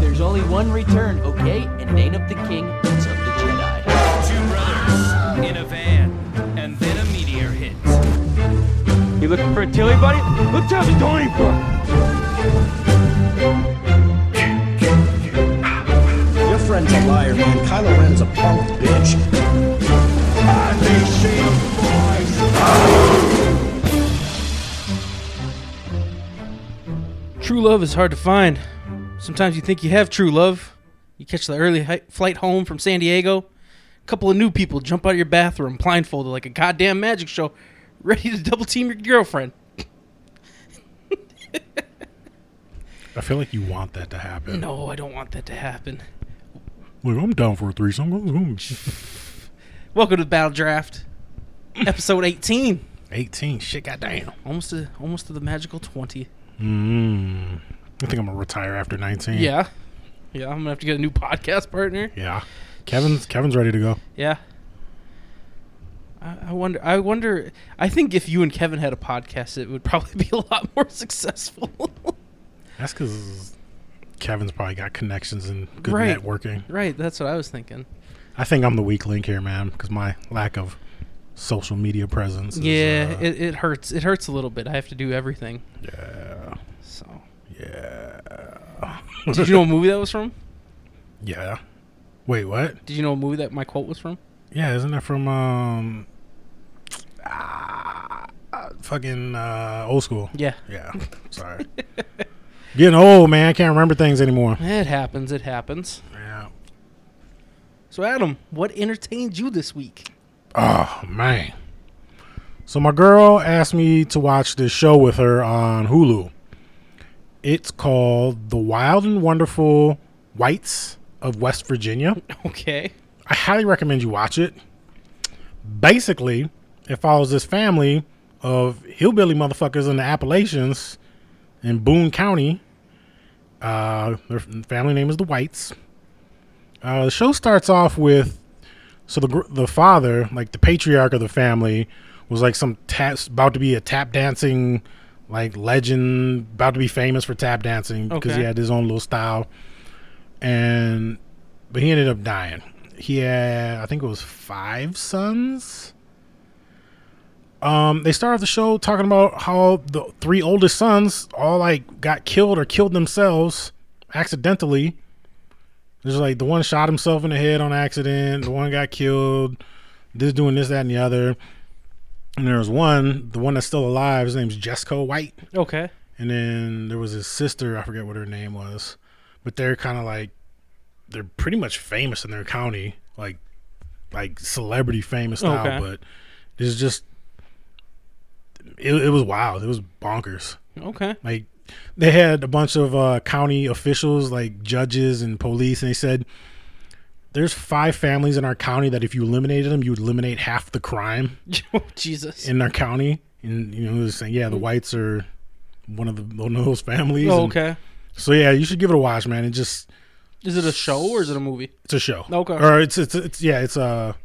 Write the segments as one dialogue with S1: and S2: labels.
S1: There's only one return, okay? And it ain't of the king, it's of the Jedi.
S2: Two brothers in a van, and then a meteor hits.
S3: You looking for a Tilly, buddy? Look down the Donny Brook.
S4: Your friend's a liar, man. Kylo Ren's a punk bitch.
S5: True love is hard to find. Sometimes you think you have true love. You catch the early hi- flight home from San Diego. A couple of new people jump out of your bathroom blindfolded like a goddamn magic show, ready to double team your girlfriend.
S6: I feel like you want that to happen.
S5: No, I don't want that to happen.
S6: Like, I'm down for a threesome.
S5: Welcome to Battle Draft, episode 18.
S6: 18. Shit, goddamn.
S5: Almost to, almost to the magical 20.
S6: Mm. I think I'm gonna retire after 19.
S5: Yeah. Yeah, I'm going to have to get a new podcast partner.
S6: Yeah. Kevin's Kevin's ready to go.
S5: Yeah. I I wonder. I wonder. I think if you and Kevin had a podcast, it would probably be a lot more successful.
S6: That's because Kevin's probably got connections and good
S5: Right.
S6: networking.
S5: right. That's what I was thinking.
S6: I think I'm the weak link here, man, because my lack of social media presence. Is,
S5: yeah,
S6: uh,
S5: it, it hurts. It hurts a little bit. I have to do everything.
S6: yeah.
S5: So,
S6: Yeah.
S5: did you know a movie that was from?
S6: yeah. Wait, what?
S5: Did you know a movie that my quote was from?
S6: Yeah, isn't that from um, ah, ah, fucking uh, old school?
S5: Yeah.
S6: Yeah. Sorry. Getting old, man. I can't remember things anymore.
S5: It happens. It happens.
S6: Yeah.
S5: So, Adam, what entertained you this week?
S6: Oh man. So my girl asked me to watch this show with her on Hulu. It's called The Wild and Wonderful Whites of West Virginia.
S5: Okay.
S6: I highly recommend you watch it. Basically, it follows this family of hillbilly motherfuckers in the Appalachians in Boone County. Uh, their family name is the Whites. Uh, the show starts off with so the gr- the father, like the patriarch of the family, was like some tap about to be a tap dancing like legend, about to be famous for tap dancing because
S5: Okay.
S6: he had his own little style, and but he ended up dying. He had, I think it was five sons. Um, they start off the show talking about how the three oldest sons all like got killed or killed themselves accidentally. There's like the one shot himself in the head on accident. The one got killed. This doing this, that, and the other. And there was one, the one that's still alive. His name's Jesco White.
S5: Okay.
S6: And then there was his sister. I forget what her name was, but they're kind of like they're pretty much famous in their county, like like celebrity famous style.
S5: Okay.
S6: But it's just it, it was wild. It was bonkers.
S5: Okay.
S6: Like they had a bunch of uh, county officials, like judges and police, and they said there's five families in our county that if you eliminated them, you would eliminate half the crime
S5: oh, Jesus.
S6: in our county. And you know, they were saying yeah, the whites are one of the one of those families.
S5: Mm-hmm. Oh,
S6: And
S5: okay.
S6: So yeah, you should give it a watch, man. It just
S5: Is it a show or is it a movie?
S6: it's a show.
S5: Okay.
S6: Or it's it's, it's yeah, it's a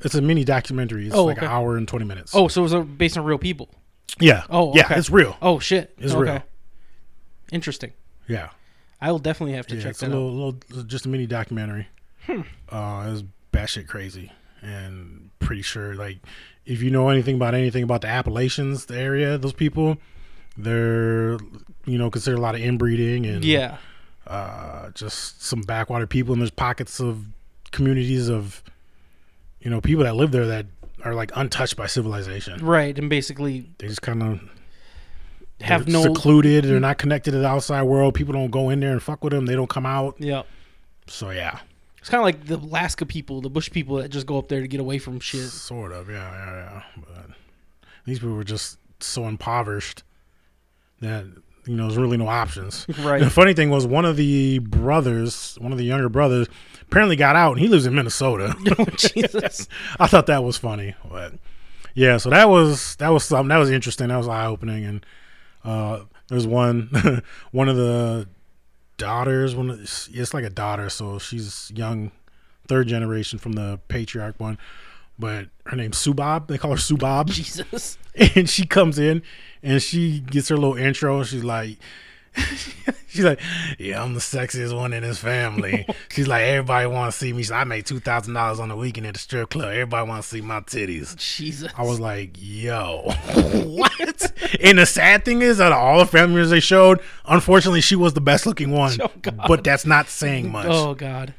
S6: it's a mini documentary. It's
S5: Oh,
S6: like an
S5: okay.
S6: hour and twenty minutes.
S5: Oh, so it was uh, based on real people.
S6: yeah.
S5: Oh,
S6: yeah.
S5: okay.
S6: It's real.
S5: Oh shit.
S6: It's
S5: okay.
S6: real.
S5: Interesting.
S6: Yeah.
S5: I will definitely have to
S6: Yeah,
S5: check
S6: it's a
S5: that
S6: little,
S5: out. Hmm.
S6: little, just a mini documentary. Uh, it was batshit crazy, and pretty sure like if you know anything about anything about the Appalachians, the area, those people, they're you know consider a lot of inbreeding and
S5: Yeah.
S6: uh, just some backwater people, and there's pockets of communities of you know people that live there that are like untouched by civilization.
S5: Right. And basically
S6: They just kind of
S5: have no.
S6: secluded. They're not connected to the outside world. People don't go in there and fuck with them. They don't come out.
S5: Yeah.
S6: So yeah.
S5: It's kind of like the Alaska people, the bush people that just go up there to get away from shit.
S6: Sort of, yeah, yeah, yeah. But these people were just so impoverished that you know there's really no options.
S5: Right.
S6: The funny thing was one of the brothers, one of the younger brothers, apparently got out and he lives in Minnesota.
S5: Oh, Jesus.
S6: I thought that was funny, but yeah. So that was that was something that was interesting. That was eye opening, and uh, there's one one of the daughters. One of the, it's like a daughter, so she's young, third generation from the patriarch one, but her name's Subab. They call her Subab
S5: Jesus.
S6: and she comes in and she gets her little intro and she's like She's like, yeah, I'm the sexiest one in his family. She's like, everybody want to see me. She's like, I made two thousand dollars on the weekend at the strip club. Everybody want to see my titties.
S5: Jesus.
S6: I was like, yo, what? and the sad thing is, out of all the family members they showed, unfortunately, she was the best looking one.
S5: Oh, God.
S6: but that's not saying much.
S5: Oh God.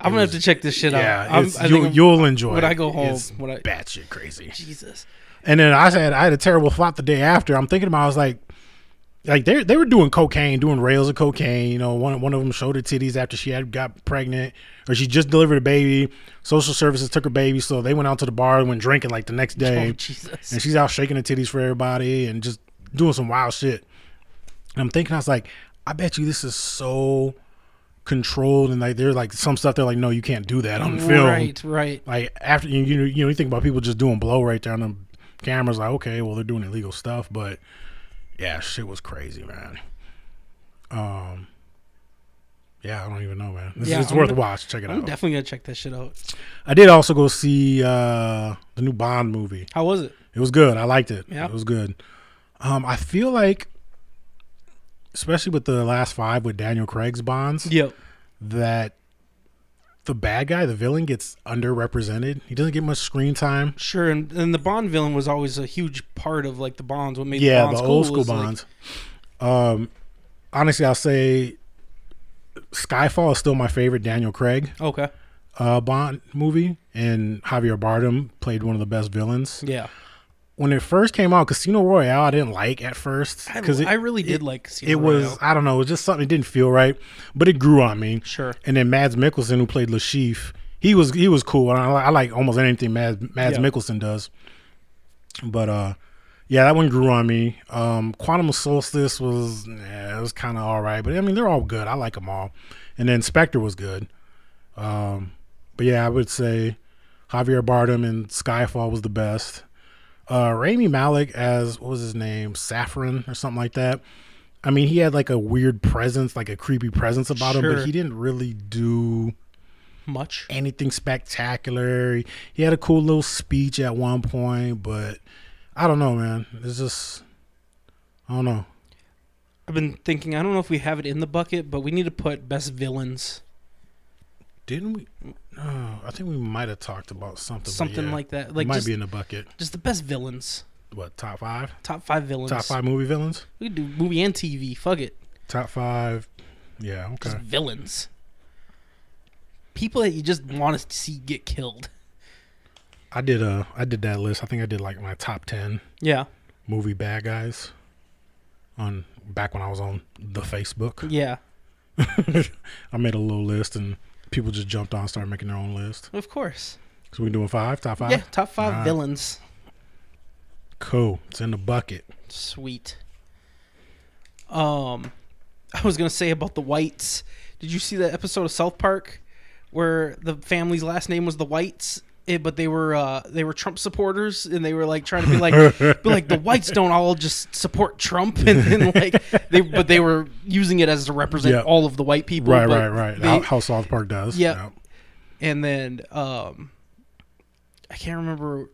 S5: I'm gonna have to check this shit
S6: yeah,
S5: out. I'm-
S6: it's-
S5: I think
S6: you'll,
S5: I'm-
S6: you'll enjoy
S5: when
S6: it.
S5: I go home,
S6: It's
S5: when I-
S6: batshit crazy.
S5: Jesus.
S6: And then I said I had a terrible thought the day after. I'm thinking about I was like, like they they were doing cocaine, doing rails of cocaine. You know, one one of them showed her titties after she had got pregnant, or she just delivered a baby. Social services took her baby, so they went out to the bar and went drinking like the next day.
S5: Oh, Jesus.
S6: And she's out shaking her titties for everybody and just doing some wild shit. And I'm thinking I was like, I bet you this is so controlled and like they're like some stuff they're like, no, you can't do that on the film
S5: Right, right.
S6: like after you you know, you know you think about people just doing blow right there on the cameras like okay well they're doing illegal stuff but yeah shit was crazy man um yeah I don't even know man This-
S5: Yeah,
S6: it's
S5: I'm
S6: worth
S5: gonna-
S6: a watch check it
S5: I'm
S6: out
S5: definitely gonna check that shit out.
S6: I did also go see uh the new Bond movie
S5: How was it?
S6: it was good I liked it
S5: Yeah.
S6: it was good um I feel like especially with the last five with Daniel Craig's Bonds
S5: Yep.
S6: that the bad guy, the villain, gets underrepresented. He doesn't get much screen time.
S5: Sure, and, and the Bond villain was always a huge part of like the Bonds. What made
S6: Yeah,
S5: the Bonds
S6: the
S5: cool
S6: old school
S5: was, like,
S6: bonds. um, honestly, I'll say Skyfall is still my favorite Daniel Craig
S5: okay,
S6: uh, Bond movie, and Javier Bardem played one of the best villains.
S5: yeah,
S6: When it first came out, Casino Royale, I didn't like at first
S5: I,
S6: it-
S5: I really did like Casino
S6: it was
S5: Royale.
S6: I don't know, it was just something that didn't feel right, but it grew on me.
S5: Sure.
S6: And then Mads Mikkelsen, who played Lashif, he was he was cool. And I, li- I like almost anything Mads, Mads
S5: Yeah.
S6: Mikkelsen does. But uh, yeah, that one grew on me. Um, Quantum of Solstice was yeah, it was kind of all right, but I mean they're all good. I like them all. And then Spectre was good. Um, but yeah, I would say Javier Bardem in Skyfall was the best. Uh, Rami Malik as what was his name, Saffron or something like that. I mean, he had like a weird presence, like a creepy presence about him,
S5: Sure.
S6: but he didn't really do
S5: much.
S6: anything spectacular. He- He had a cool little speech at one point, but I don't know, man. It's just I don't know.
S5: I've been thinking. I don't know if we have it in the bucket, but we need to put best villains,
S6: Didn't we? Oh, I think we might have talked about something. but
S5: something
S6: yeah,
S5: like that.
S6: it
S5: Like
S6: might
S5: just,
S6: be in the bucket.
S5: just the best villains.
S6: What top five?
S5: Top five villains.
S6: Top five movie villains.
S5: We could do movie and TV. Fuck it.
S6: Top five. Yeah.
S5: Just
S6: Okay.
S5: villains. People that you just want to see get killed.
S6: I did uh I did that list. I think I did like my top ten
S5: Yeah.
S6: movie bad guys on back when I was on the Facebook.
S5: Yeah.
S6: I made a little list and people just jumped on and started making their own list.
S5: Of course.
S6: So we doing five, top five?
S5: Yeah. Top five
S6: Alright.
S5: villains.
S6: Cool. It's in the bucket.
S5: Sweet. Um, I was gonna say about the Whites. Did you see that episode of South Park where the family's last name was the Whites? eh, but they were uh, they were Trump supporters, and they were like trying to be like, be like the whites don't all just support Trump, and then like they, but they were using it as to represent
S6: Yeah.
S5: all of the white people.
S6: Right,
S5: but
S6: right, right.
S5: they-
S6: How, how South Park does.
S5: Yep. and then um i can't remember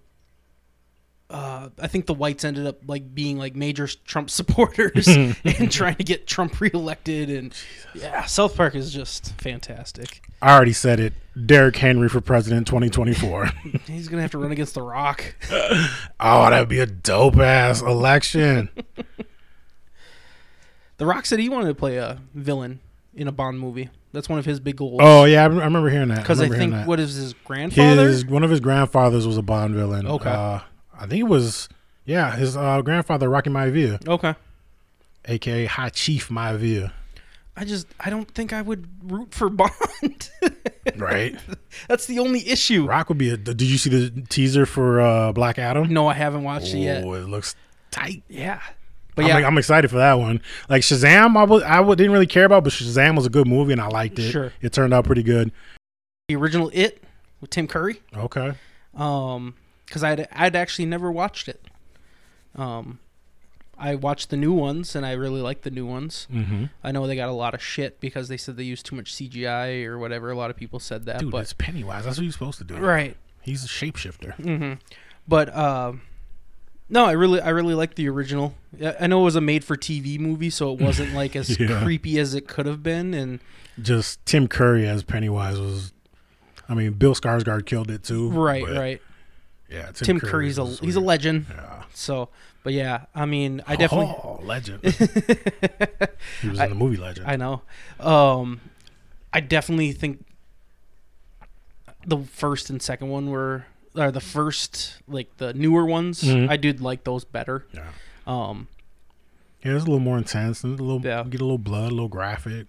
S5: uh i think the whites ended up like being like major trump supporters and trying to get trump reelected and yeah south park is just fantastic
S6: I already said it. Derrick Henry for president 2024.
S5: he's gonna have to run against the rock
S6: oh, that'd be a dope ass election.
S5: the rock said he wanted to play a villain in a bond movie that's one of his big goals
S6: oh yeah, I, rem- I remember hearing that.
S5: because i,
S6: remember hearing
S5: think
S6: that.
S5: what is his grandfather
S6: his one of his grandfathers was a Bond villain.
S5: Okay.
S6: Uh, I think it was yeah his uh, grandfather Rocky Maivia,
S5: okay
S6: aka High Chief Maivia.
S5: i just i don't think i would root for bond
S6: Right.
S5: that's the only issue
S6: Rock would be a. Did you see the teaser for uh, Black Adam?
S5: no i haven't watched it yet
S6: Oh, it looks tight.
S5: Yeah. But
S6: I'm,
S5: yeah,
S6: like, I'm excited for that one. Like Shazam, I was I w- didn't really care about, but Shazam was a good movie and I liked it.
S5: Sure.
S6: it turned out pretty good.
S5: the original It with Tim Curry.
S6: Okay,
S5: Um, because I'd I'd actually never watched it. Um, I watched the new ones and I really liked the new ones. Mm-hmm. I know they got a lot of shit because they said they used too much CGI or whatever. A lot of people said that,
S6: dude,
S5: but
S6: it's Pennywise. That's what you're supposed to do.
S5: right.
S6: He's a shapeshifter.
S5: But um, No, I really, I really like the original. I- I know it was a made-for-TV movie, so it wasn't like as
S6: Yeah.
S5: creepy as it could have been. And
S6: Just Tim Curry as Pennywise was. I mean, Bill Skarsgård killed it too.
S5: right,
S6: but
S5: right.
S6: Yeah,
S5: Tim,
S6: Curry
S5: Curry's a
S6: was
S5: he's a
S6: weird.
S5: legend.
S6: Yeah.
S5: So, but yeah, I mean, I definitely,
S6: Oh, legend. he was in the movie Legend.
S5: I know, um, I definitely think the first and second one were, or the first like the newer ones.
S6: Mhm.
S5: I did like those better.
S6: yeah.
S5: Um,
S6: Yeah, it's a little more intense and a little
S5: Yeah.
S6: get a little blood, a little graphic.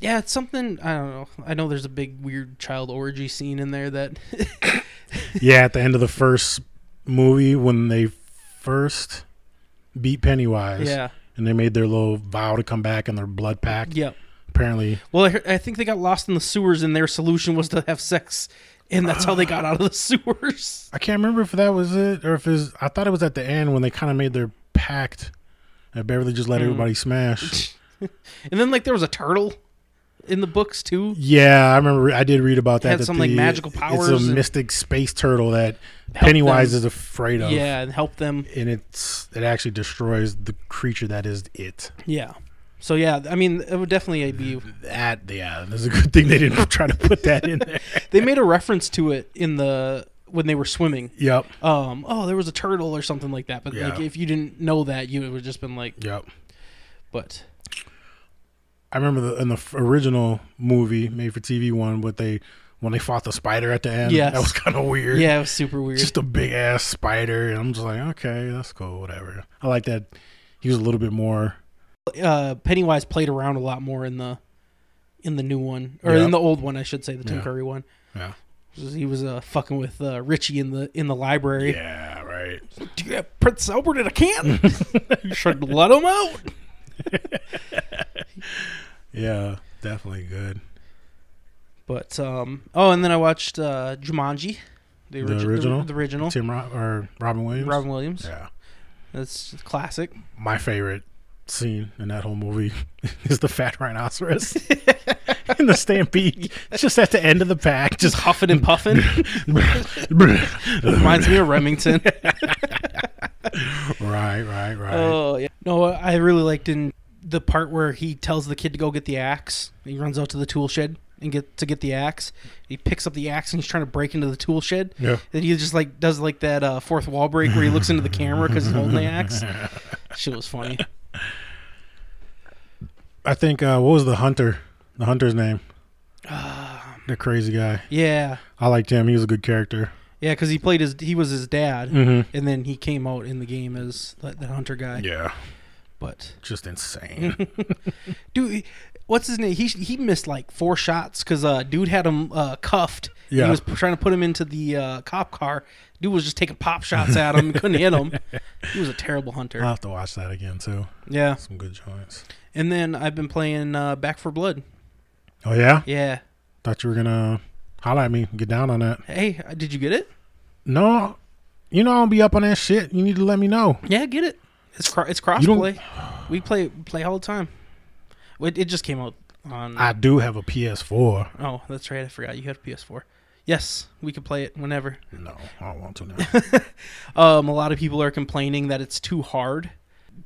S5: yeah, it's something I don't know. I know there's a big weird child orgy scene in there that
S6: yeah, at the end of the first movie when they first beat Pennywise.
S5: Yeah.
S6: And they made their little vow to come back in their blood pack.
S5: yeah.
S6: Apparently,
S5: Well, I, heard, I think they got lost in the sewers, and their solution was to have sex, and that's how they got out of the sewers.
S6: I can't remember if that was it or if it's. I thought it was at the end when they kind of made their pact that Beverly just
S5: Mm.
S6: let everybody smash.
S5: And then like there was a turtle in the books too.
S6: yeah, I remember. I did read about that.
S5: Had
S6: that
S5: some, like,
S6: the-
S5: magical powers
S6: It's a
S5: and-
S6: mystic space turtle that Pennywise
S5: them.
S6: is afraid of.
S5: Yeah, and help them.
S6: and it's it actually destroys the creature that is it.
S5: Yeah. So yeah, I mean, it would definitely be.
S6: That yeah, that's a good thing they didn't try to put that in there.
S5: They made a reference to it in the when they were swimming.
S6: yep,
S5: Um, oh, there was a turtle or something like that. But like,
S6: Yeah.
S5: if you didn't know that, you would have just been like,
S6: yep.
S5: but
S6: I remember the, in the f- original movie made for TV one, what they when they fought the spider at the end.
S5: Yes.
S6: that was kind of weird.
S5: yeah, it was super weird.
S6: just a big ass spider, and I'm just like, okay, that's cool, whatever. I like that. He was a little bit more.
S5: uh, Pennywise played around a lot more in the in the new one or
S6: Yeah.
S5: in the old one, I should say, the Tim
S6: Yeah.
S5: Curry one.
S6: Yeah.
S5: He was uh, fucking with uh, Richie in the in the library.
S6: Yeah, right.
S5: Do you have Prince Albert in a can? you should let him out.
S6: Yeah, definitely good.
S5: But um, oh, and then I watched uh, Jumanji, the, origi- the-
S6: original?
S5: the, original,
S6: Tim Ro- or Robin Williams.
S5: Robin Williams.
S6: Yeah,
S5: That's a classic.
S6: my favorite scene in that whole movie is the fat rhinoceros in the stampede. Just at the end of the pack, just
S5: Huffing and puffing reminds me of Remington.
S6: right, right, right.
S5: Oh yeah. No, I really liked in the part where he tells the kid to go get the axe. He runs out to the tool shed and get to get the axe. He picks up the axe and he's trying to break into the tool shed.
S6: Yeah.
S5: Then he just like does like that uh, fourth wall break where he looks into the camera because he's holding the axe. Shit was funny.
S6: I think uh, what was the hunter? The hunter's name?
S5: Ah.
S6: the crazy guy.
S5: Yeah.
S6: I liked him. He was a good character.
S5: Yeah, because he played his he was his dad, and then he came out in the game as the, the hunter guy.
S6: Mm-hmm. Yeah,
S5: But
S6: just insane.
S5: dude, what's his name? He he missed like four shots because uh, dude had him uh, cuffed.
S6: Yeah.
S5: he was trying to put him into the uh, cop car. Dude was just taking pop shots at him. and couldn't hit him. He was a terrible hunter.
S6: I'll have to watch that again too.
S5: yeah,
S6: Some good joints.
S5: and then I've been playing uh, Back for Blood.
S6: Oh yeah,
S5: Yeah.
S6: thought you were gonna holler at me, get down on that.
S5: Hey, uh, did you get it?
S6: No, you know I don't be up on that shit. You need to let me know.
S5: Yeah, get it. It's cro- it's
S6: don't-
S5: crossplay. We play play all the time. It, it just came out on.
S6: I do have a PS4.
S5: Oh, that's right. I forgot you had a PS4. Yes, we could play it whenever.
S6: No, I don't want to now.
S5: Um, a lot of people are complaining that it's too hard.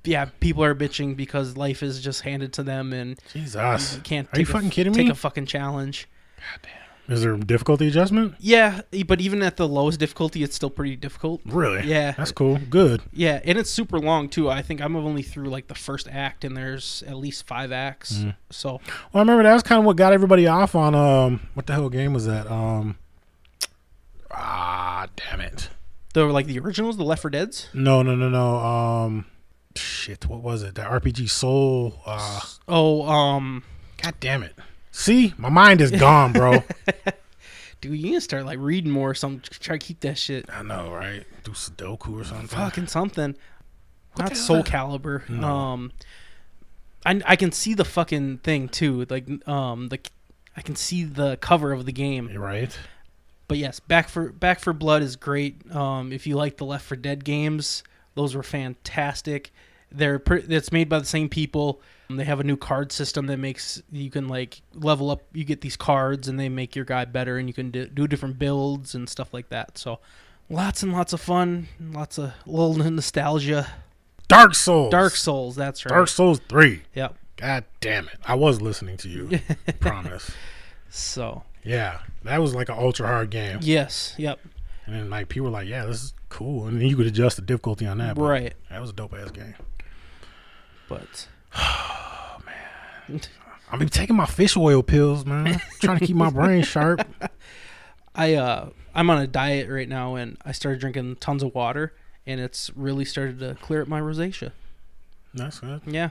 S5: Yeah, people are bitching because life is just handed to them and
S6: Jesus,
S5: you can't.
S6: Are you
S5: take a-
S6: fucking kidding
S5: Take
S6: me?
S5: a fucking challenge.
S6: Is there difficulty adjustment?
S5: Yeah, e- but even at the lowest difficulty, it's still pretty difficult.
S6: Really?
S5: Yeah.
S6: That's cool. Good.
S5: Yeah, and it's super long too. I think I'm only through like the first act, and there's at least five acts.
S6: Mm-hmm.
S5: So
S6: Well, I remember that was kind of what got everybody off on um what the hell game was that? Um Ah, damn it.
S5: they were like the originals, the Left 4 Dead's.
S6: No, no, no, no. Um shit, what was it? That RPG Soul uh
S5: Oh, um,
S6: God damn it. See? My mind is gone, bro.
S5: dude, you need to start like reading more or something. Try to keep that shit.
S6: I know, right? Do Sudoku or something.
S5: fucking something. Not Soul Caliber. Um, I I can see the fucking thing too. Like um the I can see the cover of the game.
S6: You're right.
S5: But yes, Back for Back for Blood is great. Um, if you like the Left for Dead games, those were fantastic. They're pre- it's made by the same people. Um, They have a new card system that makes you can like level up. You get these cards and they make your guy better, and you can do, do different builds and stuff like that. So Lots and lots of fun, and lots of little nostalgia.
S6: Dark Souls.
S5: Dark Souls, that's right.
S6: Dark Souls 3.
S5: Yep.
S6: God damn it. I was listening to you. promise.
S5: So,
S6: Yeah. That was like an ultra hard game.
S5: yes, yep.
S6: And then like people were like, yeah, this is cool. And then you could adjust the difficulty on that. but
S5: Right.
S6: That was a dope ass game.
S5: But
S6: I've been taking my fish oil pills, man. Trying to keep my brain sharp.
S5: I uh I'm on a diet right now and I started drinking tons of water and it's really started to clear up my rosacea.
S6: That's good.
S5: Yeah.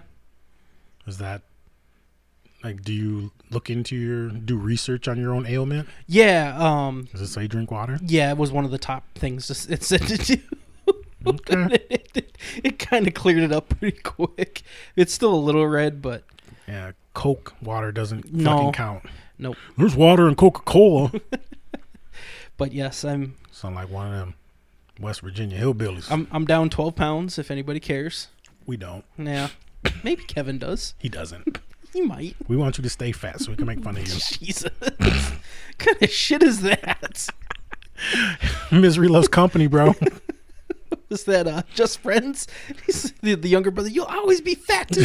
S6: Is that like do you look into your do research on your own ailment?
S5: Yeah, um
S6: Does it say drink water?
S5: yeah, it was one of the top things to- it said to do.
S6: Okay.
S5: it kind of cleared it up pretty quick. It's still a little red, but
S6: yeah. Coke water doesn't
S5: No.
S6: fucking count.
S5: nope.
S6: There's water in Coca Cola.
S5: But yes, I'm
S6: Sound like one of them West Virginia hillbillies.
S5: I'm I'm down 12 pounds if anybody cares.
S6: we don't.
S5: Yeah. Maybe Kevin does.
S6: He doesn't.
S5: He might.
S6: we want you to stay fat so we can make fun of you.
S5: Jesus. kind of shit is that?
S6: Misery loves company, bro.
S5: Is that uh, just friends? He's the, the younger brother. You'll always be fat to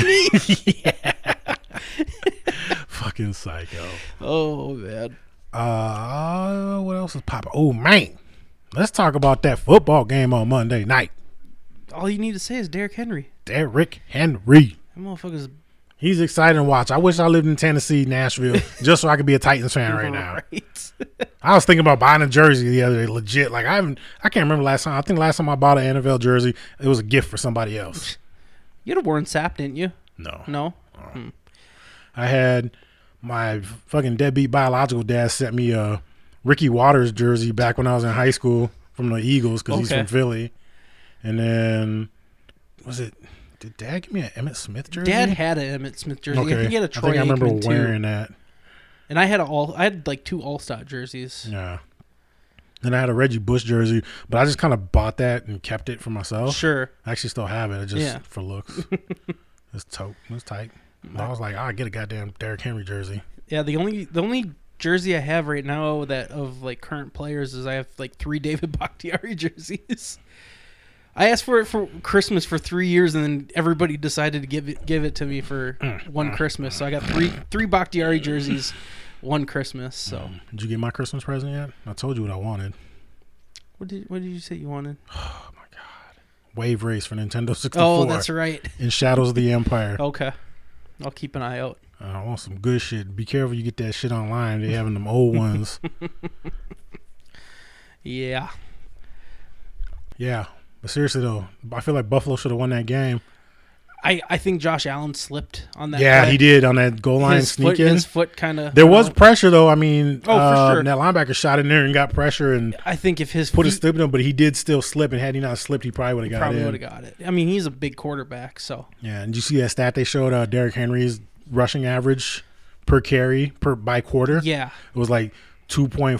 S5: me.
S6: Fucking psycho.
S5: oh man.
S6: Uh, what else is popping? Oh man, let's talk about that football game on Monday night.
S5: All you need to say is Derrick Henry.
S6: Derrick Henry.
S5: That motherfucker's
S6: He's exciting to watch. I wish I lived in Tennessee, Nashville, just so I could be a Titans fan right now.
S5: right.
S6: I was thinking about buying a jersey the other day, legit. Like I haven't, I can't remember last time. I think last time I bought an NFL jersey, it was a gift for somebody else.
S5: you had a Warren Sapp, didn't you?
S6: No,
S5: No.
S6: I had my fucking deadbeat biological dad sent me a Ricky Waters jersey back when I was in high school from the Eagles because he's
S5: Okay.
S6: from Philly. And then was it? Did Dad give me an Emmett Smith jersey?
S5: Dad had an Emmett Smith jersey.
S6: okay.
S5: I think he had a Troy
S6: I remember
S5: Aikman, too.
S6: wearing that.
S5: And I had a all. I had like two All Star jerseys.
S6: Yeah. Then I had a Reggie Bush jersey, but I just kind of bought that and kept it for myself.
S5: Sure.
S6: I actually still have it. I just
S5: Yeah.
S6: for looks. it's tote. It's tight. But I was like, I get a goddamn Derrick Henry jersey.
S5: Yeah. The only the only jersey I have right now that of like current players is I have like three David Bakhtiari jerseys. I asked for it for Christmas for three years, and then everybody decided to give it give it to me for one Christmas. So I got three three Bakhtiari jerseys, one Christmas. So
S6: Did you get my Christmas present yet? I told you what I wanted.
S5: what did what did you say you wanted?
S6: Wave Race for Nintendo 64.
S5: Oh, that's right. Oh.
S6: And Shadows of the Empire.
S5: Okay, I'll keep an eye out.
S6: Uh, I want some good shit. Be careful you get that shit online. They having them old ones.
S5: Yeah.
S6: yeah. But seriously though, I feel like Buffalo should have won that game.
S5: I, I think Josh Allen slipped on that.
S6: yeah,
S5: play.
S6: he did on that goal line
S5: His
S6: sneak
S5: foot,
S6: in.
S5: his foot kind of.
S6: There was pressure though. I mean,
S5: Oh, for
S6: uh,
S5: sure.
S6: that linebacker shot in there and got pressure and
S5: I think if his
S6: put a
S5: feet,
S6: slip in him, but he did still slip. And had he not slipped, he probably would have got
S5: probably would
S6: in.
S5: have got it. I mean, he's a big quarterback, so
S6: yeah, and you see that stat they showed? Uh, Derrick Henry's rushing average per carry per by quarter.
S5: yeah.
S6: It was like 2.4,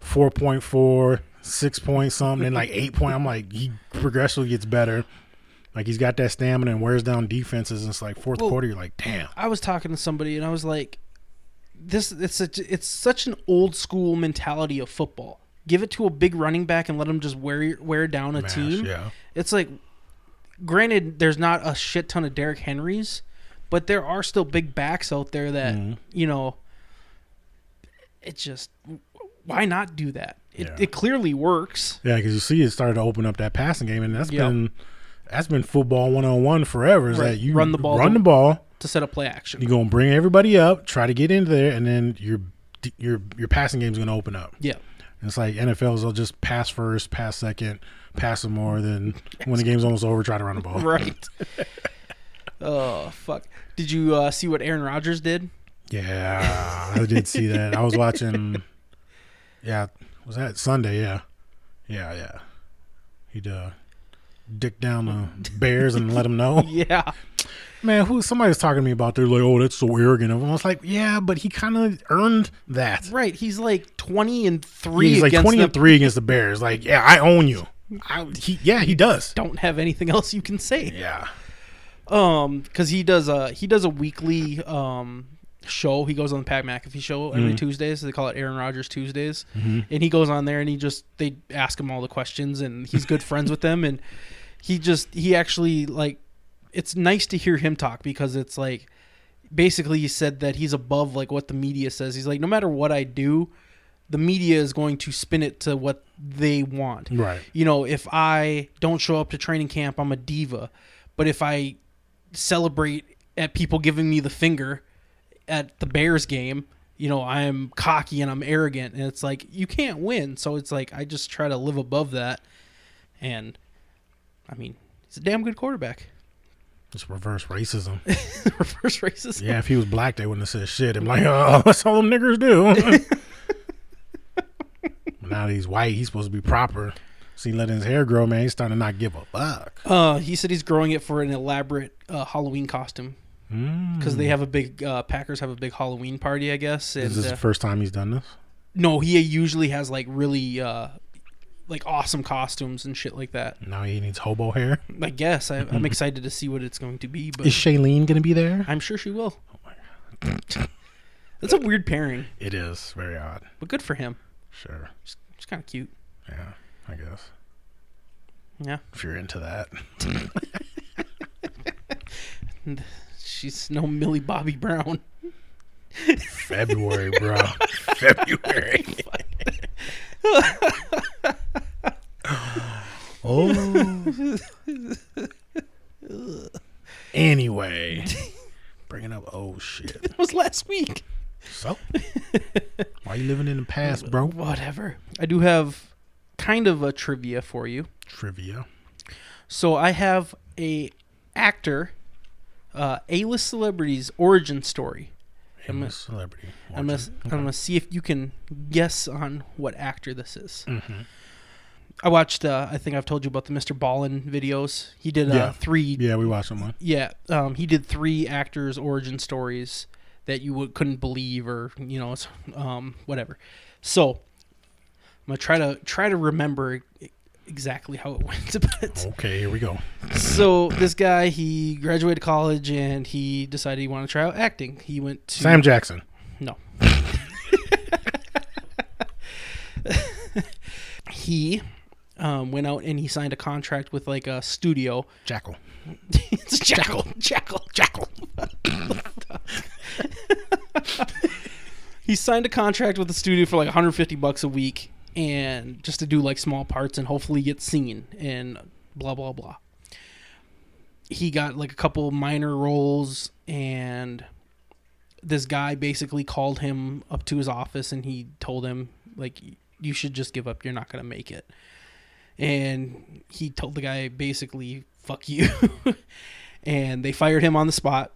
S6: 4.4, 6 point something, and like 8 point. I'm like, he progressively gets better. Like, he's got that stamina and wears down defenses. And it's like fourth
S5: Well-
S6: quarter, you're like, damn.
S5: I was talking to somebody and I was like, "This it's such it's such an old school mentality of football. Give it to a big running back and let him just wear wear down a
S6: Mash,
S5: team.
S6: yeah.
S5: It's like, granted, there's not a shit ton of Derrick Henrys, but there are still big backs out there that
S6: Mm-hmm.
S5: you know. It just why not do that? It,
S6: Yeah.
S5: it clearly works.
S6: Yeah, because you see it started to open up that passing game, and that's
S5: Yeah.
S6: been. That's been football one on one forever. Is
S5: Right.
S6: that you
S5: Run the ball.
S6: run the ball,
S5: to set up play action.
S6: you're gonna bring everybody up, try to get into there, and then your your your passing game's gonna open up.
S5: Yeah.
S6: It's like NFLs will just pass first, pass second, pass some more, then when the game's almost over, try to run the ball.
S5: Right. oh fuck! Did you uh, see what Aaron Rodgers did?
S6: Yeah, I did see that. I was watching. Yeah, was that Sunday? Yeah, yeah, yeah. He'd uh, dick down the Bears and let them know.
S5: Yeah.
S6: Man, who? Somebody was talking to me about. They're like, "Oh, that's so arrogant." of him." I was like, "Yeah, but he kind of earned that."
S5: Right. He's like twenty and
S6: Yeah,
S5: three
S6: he's like
S5: against
S6: twenty
S5: them.
S6: and three against the Bears. Like, yeah, I own you. I, he, yeah, he does.
S5: Don't have anything else you can say.
S6: Yeah,
S5: Um, because he does a he does a weekly um show. He goes on the Pat McAfee show every Tuesdays. They call it Aaron Rodgers Tuesdays, and he goes on there and he just they ask him all the questions, and he's good friends with them, and he just he actually like it's nice to hear him talk because it's like basically he said that he's above like what the media says. He's like, no matter what I do, the media is going to spin it to what they want.
S6: Right.
S5: You know, if I don't show up to training camp, I'm a diva. But if I celebrate at people giving me the finger at the Bears game, you know, I'm cocky and I'm arrogant. And it's like, you can't win. So it's like, I just try to live above that. And I mean, he's a damn good quarterback.
S6: It's reverse racism.
S5: Reverse racist.
S6: Yeah, if he was black, they wouldn't have said shit. I'm like, oh, that's all them niggers do. now that he's white, he's supposed to be proper. See, letting his hair grow, man. He's starting to not give a fuck.
S5: Uh, he said he's growing it for an elaborate uh, Halloween costume
S6: Hmm.
S5: because they have a big uh, Packers have a big Halloween party, I guess. And
S6: Is this
S5: uh,
S6: the first time he's done this?
S5: no, he usually has like really uh, like awesome costumes and shit like that.
S6: Now he needs hobo hair.
S5: I guess I, I'm excited to see what it's going to be,
S6: Is
S5: but
S6: Shailene gonna be there?
S5: I'm sure she will. That's a weird pairing,
S6: It is very odd.
S5: but good for him.
S6: Sure.
S5: It's kind of cute.
S6: Yeah, I guess
S5: Yeah,
S6: if you're into that.
S5: she's no Millie Bobby Brown.
S6: February, bro. February. oh. Anyway, bringing up old shit.
S5: That was last week.
S6: So, why you living in the past, bro?
S5: Whatever. I do have kind of a trivia for you.
S6: Trivia.
S5: So I have a actor, uh, A-list celebrities origin story.
S6: I'm a celebrity.
S5: I'm gonna, I'm gonna see if you can guess on what actor this is.
S6: Mm-hmm.
S5: I watched. Uh, I think I've told you about the Mr. Ballin videos. He did uh,
S6: Yeah.
S5: three.
S6: Yeah, we watched someone.
S5: Yeah, um, he did three actors' origin stories that you would, couldn't believe, or you know, it's, um, whatever. So I'm gonna try to try to remember e- exactly how it went. But
S6: Okay, here we go.
S5: so this guy, he graduated college and he decided he wanted to try out acting. He went to
S6: Sam Jackson.
S5: no. he um, went out and he signed a contract with like a studio.
S6: Jackal.
S5: it's Jackal, Jackal, Jackal. he signed a contract with the studio for like 150 bucks a week, and just to do like small parts and hopefully get seen and blah blah blah. He got like a couple minor roles, and this guy basically called him up to his office and he told him like you should just give up. You're not gonna make it and he told the guy basically fuck you and they fired him on the spot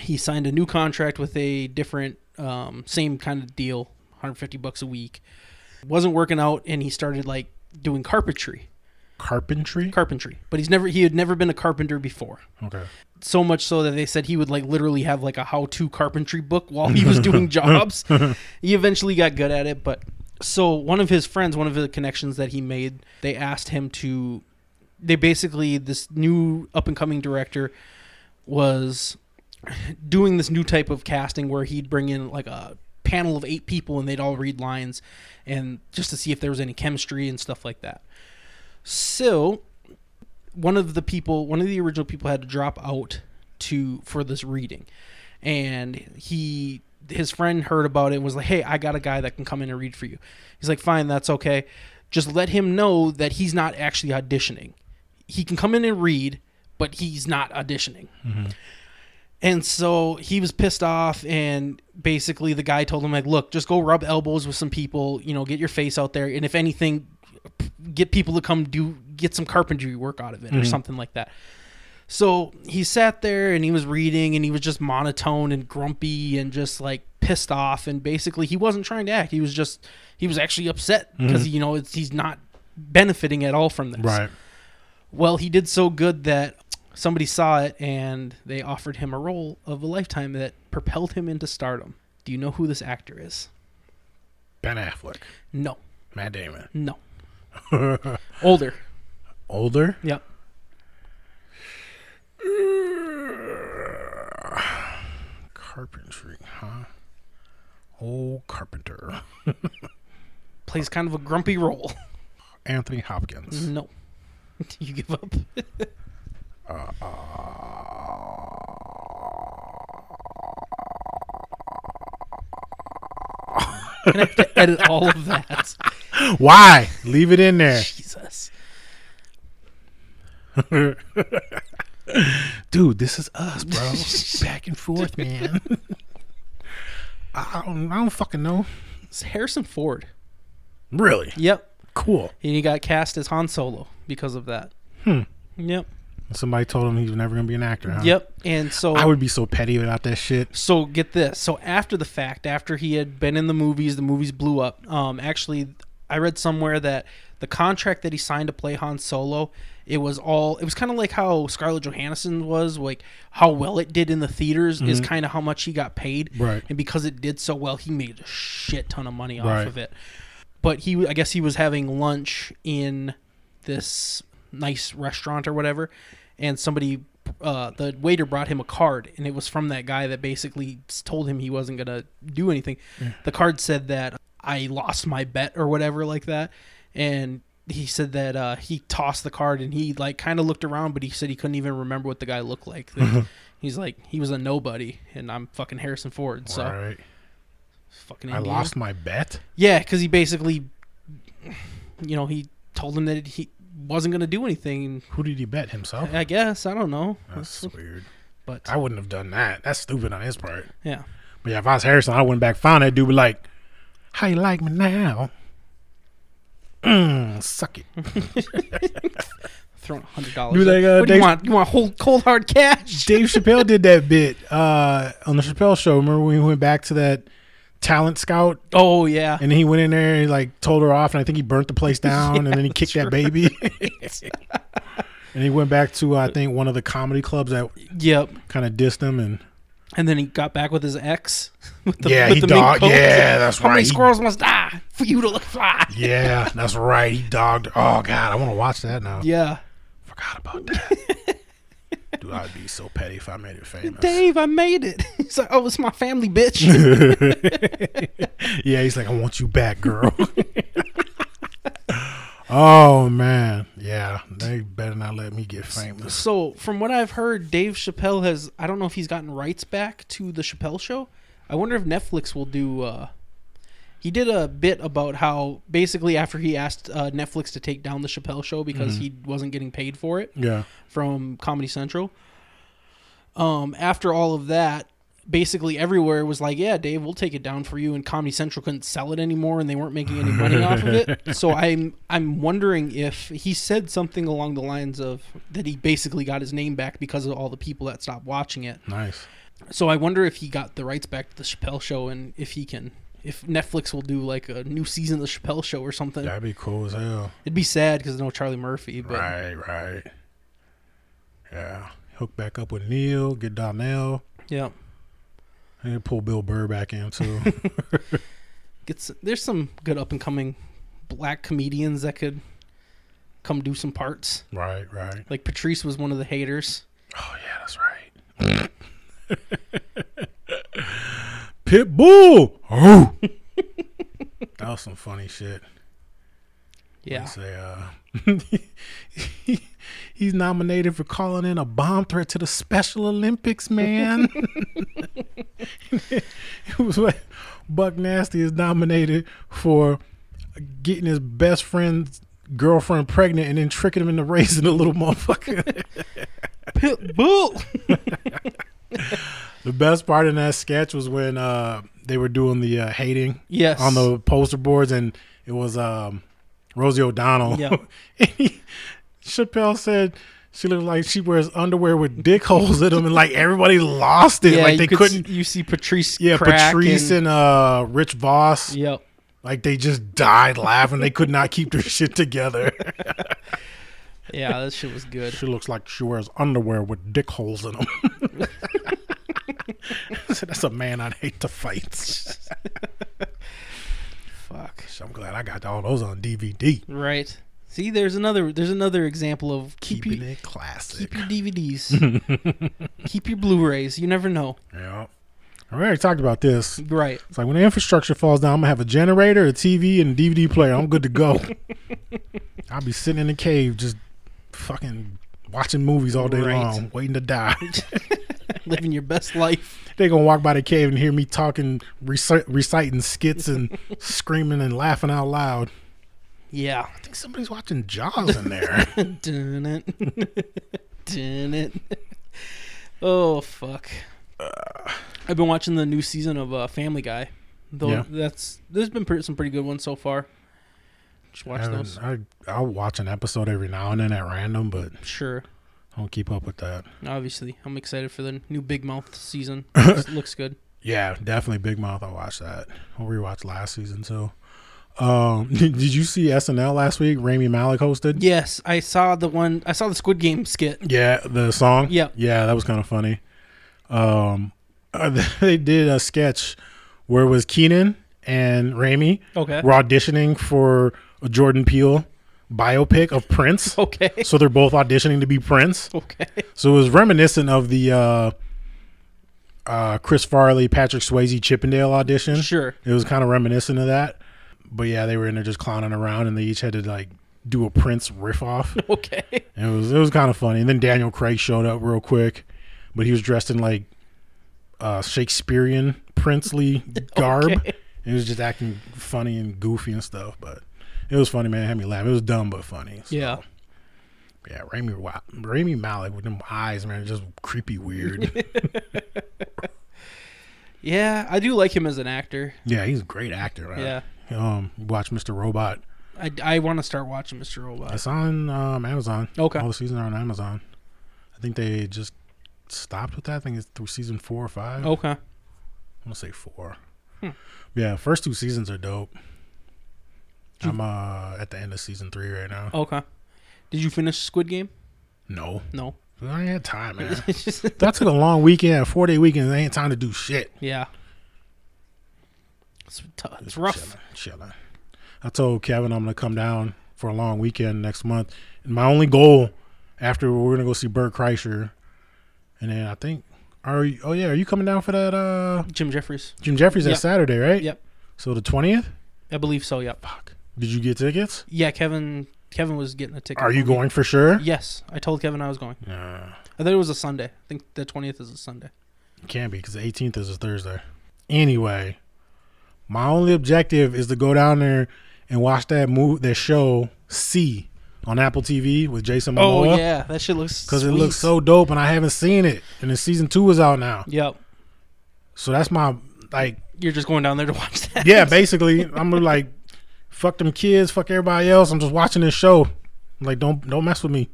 S5: he signed a new contract with a different um, same kind of deal 150 bucks a week wasn't working out and he started like doing carpentry
S6: Carpentry.
S5: carpentry but he's never he had never been a carpenter before
S6: okay.
S5: so much so that they said he would like literally have like a how-to carpentry book while he was doing jobs. he eventually got good at it, but so one of his friends, one of the connections that he made, they asked him to they basically this new up-and-coming director was doing this new type of casting where he'd bring in like a panel of eight people and they'd all read lines and just to see if there was any chemistry and stuff like that. So one of the people, one of the original people had to drop out to for this reading, and he his friend heard about it and was like, "Hey, I got a guy that can come in and read for you." He's like, "Fine, that's okay. Just let him know that he's not actually auditioning. He can come in and read, but he's not auditioning." And so he was pissed off, and basically the guy told him like, "Look, just go rub elbows with some people. You know, get your face out there, and if anything, p- get people to come do get some carpentry work out of it or something like that." So he sat there and he was reading, and he was just monotone and grumpy and just like pissed off, and basically he wasn't trying to act. He was just he was actually upset because you know it's, he's not benefiting at all from this.
S6: Right.
S5: Well, he did so good that somebody saw it and they offered him a role of a lifetime that propelled him into stardom. Do you know who this actor is?
S6: Ben Affleck.
S5: No,
S6: Matt Damon.
S5: no. Older.
S6: Older.
S5: Yep.
S6: Carpentry, huh? Old carpenter.
S5: Plays kind of a grumpy role.
S6: Anthony Hopkins.
S5: no. you give up. Gonna have to edit all of that.
S6: Why? Leave it in there.
S5: Jesus.
S6: Dude, this is us, bro. Back and forth, man. I don't, I don't fucking know.
S5: It's Harrison Ford.
S6: Really?
S5: Yep.
S6: Cool.
S5: And he got cast as Han Solo because of that. Hmm. Yep.
S6: Somebody told him he was never going to be an actor. Huh?
S5: Yep. And so
S6: I would be so petty without that shit.
S5: so get this. So after the fact, after he had been in the movies, the movies blew up. Um, actually, I read somewhere that the contract that he signed to play Han Solo, it was all. It was kind of like how Scarlett Johansson was, like how well it did in the theaters is kind of how much he got paid.
S6: Mm-hmm. Right.
S5: And because it did so well, he made a shit ton of money off
S6: Right.
S5: of it. But he, I guess he was having lunch in this nice restaurant or whatever, and somebody, uh, the waiter brought him a card, and it was from that guy that basically s- told him he wasn't gonna do anything.
S6: Mm.
S5: The card said that I lost my bet or whatever like that, and he said that uh, he tossed the card and he like kind of looked around, but he said he couldn't even remember what the guy looked like. He's like he was a nobody, and I'm fucking Harrison Ford, so
S6: Right.
S5: fucking.
S6: I
S5: Indiana.
S6: lost my bet.
S5: Yeah, because he basically, you know, he told him that he wasn't going to do anything.
S6: Who did he bet? Himself?
S5: I guess I don't know,
S6: That's weird.
S5: but
S6: I wouldn't have done that. That's stupid on his part.
S5: yeah,
S6: But yeah, if I was Harrison, I went back found that dude. Be like, how you like me now? Mm, suck it.
S5: throwing hundred dollars.
S6: Dude, like, uh,
S5: what do
S6: they-
S5: you want? You want whole cold hard cash?
S6: Dave Chappelle did that bit uh, on the Chappelle Show. Remember when he went back to that talent scout
S5: Oh yeah,
S6: and he went in there and he, like told her off, and I think he burnt the place down, and then he kicked that baby, and he went back to I think one of the comedy clubs that
S5: yep.
S6: kind of dissed him, and
S5: And then he got back with his ex. With the,
S6: yeah,
S5: with
S6: he
S5: the mink
S6: dogged.
S5: coat.
S6: Yeah, that's
S5: How
S6: right.
S5: many
S6: He-
S5: squirrels must die for you to look fly?
S6: yeah, that's right. He dogged. Oh god, I want to watch that now.
S5: Yeah,
S6: Forgot about that. Dude, I'd be so petty if I made it famous.
S5: Dave, I made it. He's like, oh, it's my family, bitch.
S6: Yeah, he's like, I want you back, girl. oh man, yeah, they better not let me get famous.
S5: so from what I've heard, Dave Chappelle has. I don't know if he's gotten rights back to the Chappelle Show. I wonder if Netflix will do. Uh, he did a bit about how basically after he asked uh, Netflix to take down the Chappelle Show because he wasn't getting paid for it
S6: Yeah,
S5: from Comedy Central. Um, after all of that, basically everywhere was like, "Yeah, Dave, we'll take it down for you." And Comedy Central couldn't sell it anymore, and they weren't making any money off of it. So I'm I'm wondering if he said something along the lines of that he basically got his name back because of all the people that stopped watching it.
S6: nice.
S5: So I wonder if he got the rights back to the Chappelle Show, and if he can. If Netflix will do like a new season of the Chappelle Show or something,
S6: That'd be cool as hell.
S5: it'd be sad because no Charlie Murphy. But
S6: Right, right. Yeah, hook back up with Neil, get Donnell,
S5: yeah,
S6: and pull Bill Burr back in too.
S5: gets there's some good up and coming black comedians that could come do some parts.
S6: right, right.
S5: Like Patrice was one of the haters.
S6: Oh yeah, that's right. Pitbull. Oh, that was some funny shit.
S5: Yeah.
S6: Say, uh, he- he's nominated for calling in a bomb threat to the Special Olympics, man. it was like Buck Nasty is nominated for getting his best friend's girlfriend pregnant and then tricking him into raising a little motherfucker.
S5: Pitbull.
S6: the best part in that sketch was when uh, they were doing the uh, hating
S5: Yes.
S6: on the poster boards, and it was um, Rosie O'Donnell.
S5: Yeah.
S6: And he- Chappelle said she looked like she wears underwear with dick holes in them, and like everybody lost it.
S5: Yeah,
S6: like
S5: you
S6: they
S5: could
S6: could not
S5: s- you see Patrice.
S6: Yeah,
S5: crack
S6: Patrice
S5: and,
S6: and, uh, Rich Voss,
S5: yep.
S6: like they just died laughing. they could not keep their shit together.
S5: Yeah, that shit was good.
S6: she looks like she wears underwear with dick holes in them. I said, That's a man I'd hate to fight.
S5: Fuck.
S6: So I'm glad I got all those on DVD.
S5: Right. See, there's another there's another example of keep
S6: Keeping
S5: your,
S6: it classic.
S5: keep your DVDs. keep your Blu-rays. You never know.
S6: Yeah. We already talked about this.
S5: Right.
S6: It's like when the infrastructure falls down, I'm gonna have a generator, a TV, and a DVD player. I'm good to go. I'll be sitting in the cave just fucking watching movies all day
S5: Right.
S6: long, waiting to die.
S5: Living your best life.
S6: they gonna walk by the cave and hear me talking, recit- reciting skits and screaming and laughing out loud.
S5: Yeah.
S6: I think somebody's watching Jaws in there.
S5: Dun it. Dun it. Oh fuck. I've been watching the new season of uh, Family Guy. Though
S6: Yeah.
S5: that's there's been pretty, some pretty good ones so far. Just watch
S6: I,
S5: those.
S6: haven't- I I'll watch an episode every now and then at random, but
S5: Sure.
S6: I don't keep up with that.
S5: Obviously, I'm excited for the new Big Mouth season. It looks good.
S6: Yeah, definitely Big Mouth. I watched that. I rewatched last season too. Um, did you see SNL last week? Rami Malik hosted.
S5: Yes, I saw the one. I saw the Squid Game skit.
S6: Yeah, the song.
S5: Yeah.
S6: yeah, that was kind of funny. Um, uh, they did a sketch where it was Keenan and Rami
S5: Okay.
S6: were auditioning for a Jordan Peele biopic of Prince.
S5: Okay.
S6: So they're both auditioning to be Prince.
S5: Okay.
S6: So it was reminiscent of the uh, uh, Chris Farley, Patrick Swayze, Chippendale audition.
S5: Sure.
S6: It was kind of reminiscent of that. But yeah, they were in there just clowning around and they each had to like do a Prince riff off.
S5: Okay.
S6: And it was it was kind of funny. And then Daniel Craig showed up real quick, but he was dressed in like uh, Shakespearean princely garb.
S5: Okay.
S6: And he was just acting funny and goofy and stuff. But it was funny, man. It had me laugh. It was dumb but funny. So,
S5: Yeah.
S6: yeah, Rami Wa- Rami Malik with them eyes, man, just creepy weird.
S5: Yeah, I do like him as an actor.
S6: yeah, he's a great actor. Right? Yeah. Um, watch Mr. Robot.
S5: I, I want to start watching Mr. Robot.
S6: It's on um, Amazon.
S5: Okay.
S6: All the seasons are on Amazon. I think they just stopped with that. I think it's through season four or five.
S5: Okay.
S6: I'm gonna say four. Yeah, first two seasons are dope. I'm uh at the end of season three right now.
S5: Okay. Did you finish Squid Game?
S6: No,
S5: No.
S6: I ain't had time, man.
S5: It's just-
S6: that took a long weekend, four day weekend. I ain't time to do shit.
S5: yeah. It's, tough. it's rough.
S6: Chilling, chilling. I told Kevin I'm gonna come down for a long weekend next month. And my only goal after we're gonna go see Bert Kreischer, and then I think are you? Oh yeah, are you coming down for that? uh
S5: Jim Jeffries.
S6: Jim Jeffries that
S5: Yep.
S6: Saturday, right?
S5: Yep.
S6: So the twentieth.
S5: I believe so. Yep.
S6: Did you get tickets?
S5: Yeah, Kevin. Kevin was getting a ticket.
S6: Are you
S5: for me.
S6: going for sure?
S5: Yes, I told Kevin I was going.
S6: Nah.
S5: I thought it was a Sunday. I think the twentieth is a Sunday.
S6: Can't be because the 18th is a Thursday. Anyway, my only objective is to go down there and watch that move that show C on Apple TV with Jason
S5: Oh
S6: Momoa
S5: yeah, that shit looks
S6: because it
S5: sweet.
S6: looks so dope and I haven't seen it. And the season two is out now,
S5: Yep.
S6: so that's my like
S5: You're just going down there to watch that.
S6: yeah. Basically, I'm gonna like fuck them kids, fuck everybody else. I'm just watching this show. I'm like don't don't mess with me.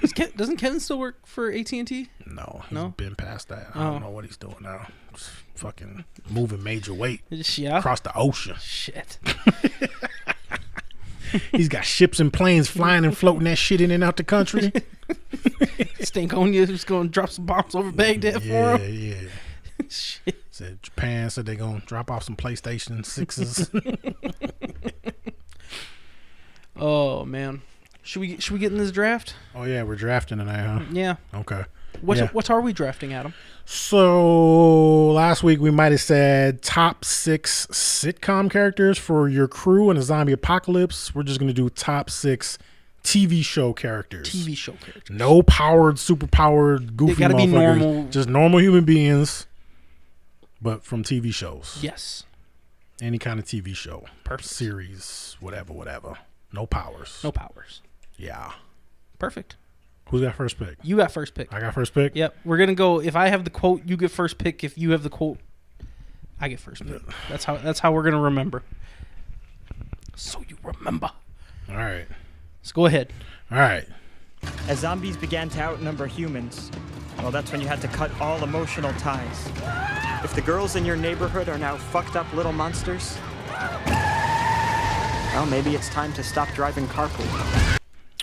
S5: Does Ke- doesn't Kevin still work for AT and T?
S6: No, he's
S5: No?
S6: been past that. I
S5: Oh.
S6: don't know what he's doing now. Just fucking moving major weight
S5: Yeah.
S6: across the ocean.
S5: Shit.
S6: He's got ships and planes flying and floating that shit in and out the country.
S5: Stankonia is going to drop some bombs over Baghdad
S6: yeah,
S5: for him.
S6: yeah.
S5: Shit.
S6: Said Japan said they're gonna drop off some PlayStation sixes.
S5: Oh man. Should we should we get in this draft?
S6: oh yeah, we're drafting tonight, huh?
S5: Yeah.
S6: Okay.
S5: What
S6: Yeah.
S5: what are we drafting, Adam?
S6: So last week we might have said top six sitcom characters for your crew in a zombie apocalypse. We're just gonna do top six TV show characters.
S5: TV show character.
S6: No powered, super powered, goofy.
S5: gotta be
S6: motherfuckers.
S5: normal.
S6: Just normal human beings, but from TV shows.
S5: Yes.
S6: any kind of TV show,
S5: Perfect.
S6: series, whatever, whatever. No powers.
S5: No powers.
S6: Yeah.
S5: Perfect.
S6: Who's got first pick?
S5: You got first pick.
S6: I got first pick.
S5: Yep. We're gonna go. If I have the quote, you get first pick. If you have the quote, I get first pick. That's how. That's how we're gonna remember. So you remember.
S6: All right.
S5: So go ahead.
S6: All right.
S7: As zombies began to outnumber humans, well, that's when you had to cut all emotional ties. If the girls in your neighborhood are now fucked up little monsters, well, maybe it's time to stop driving carpool.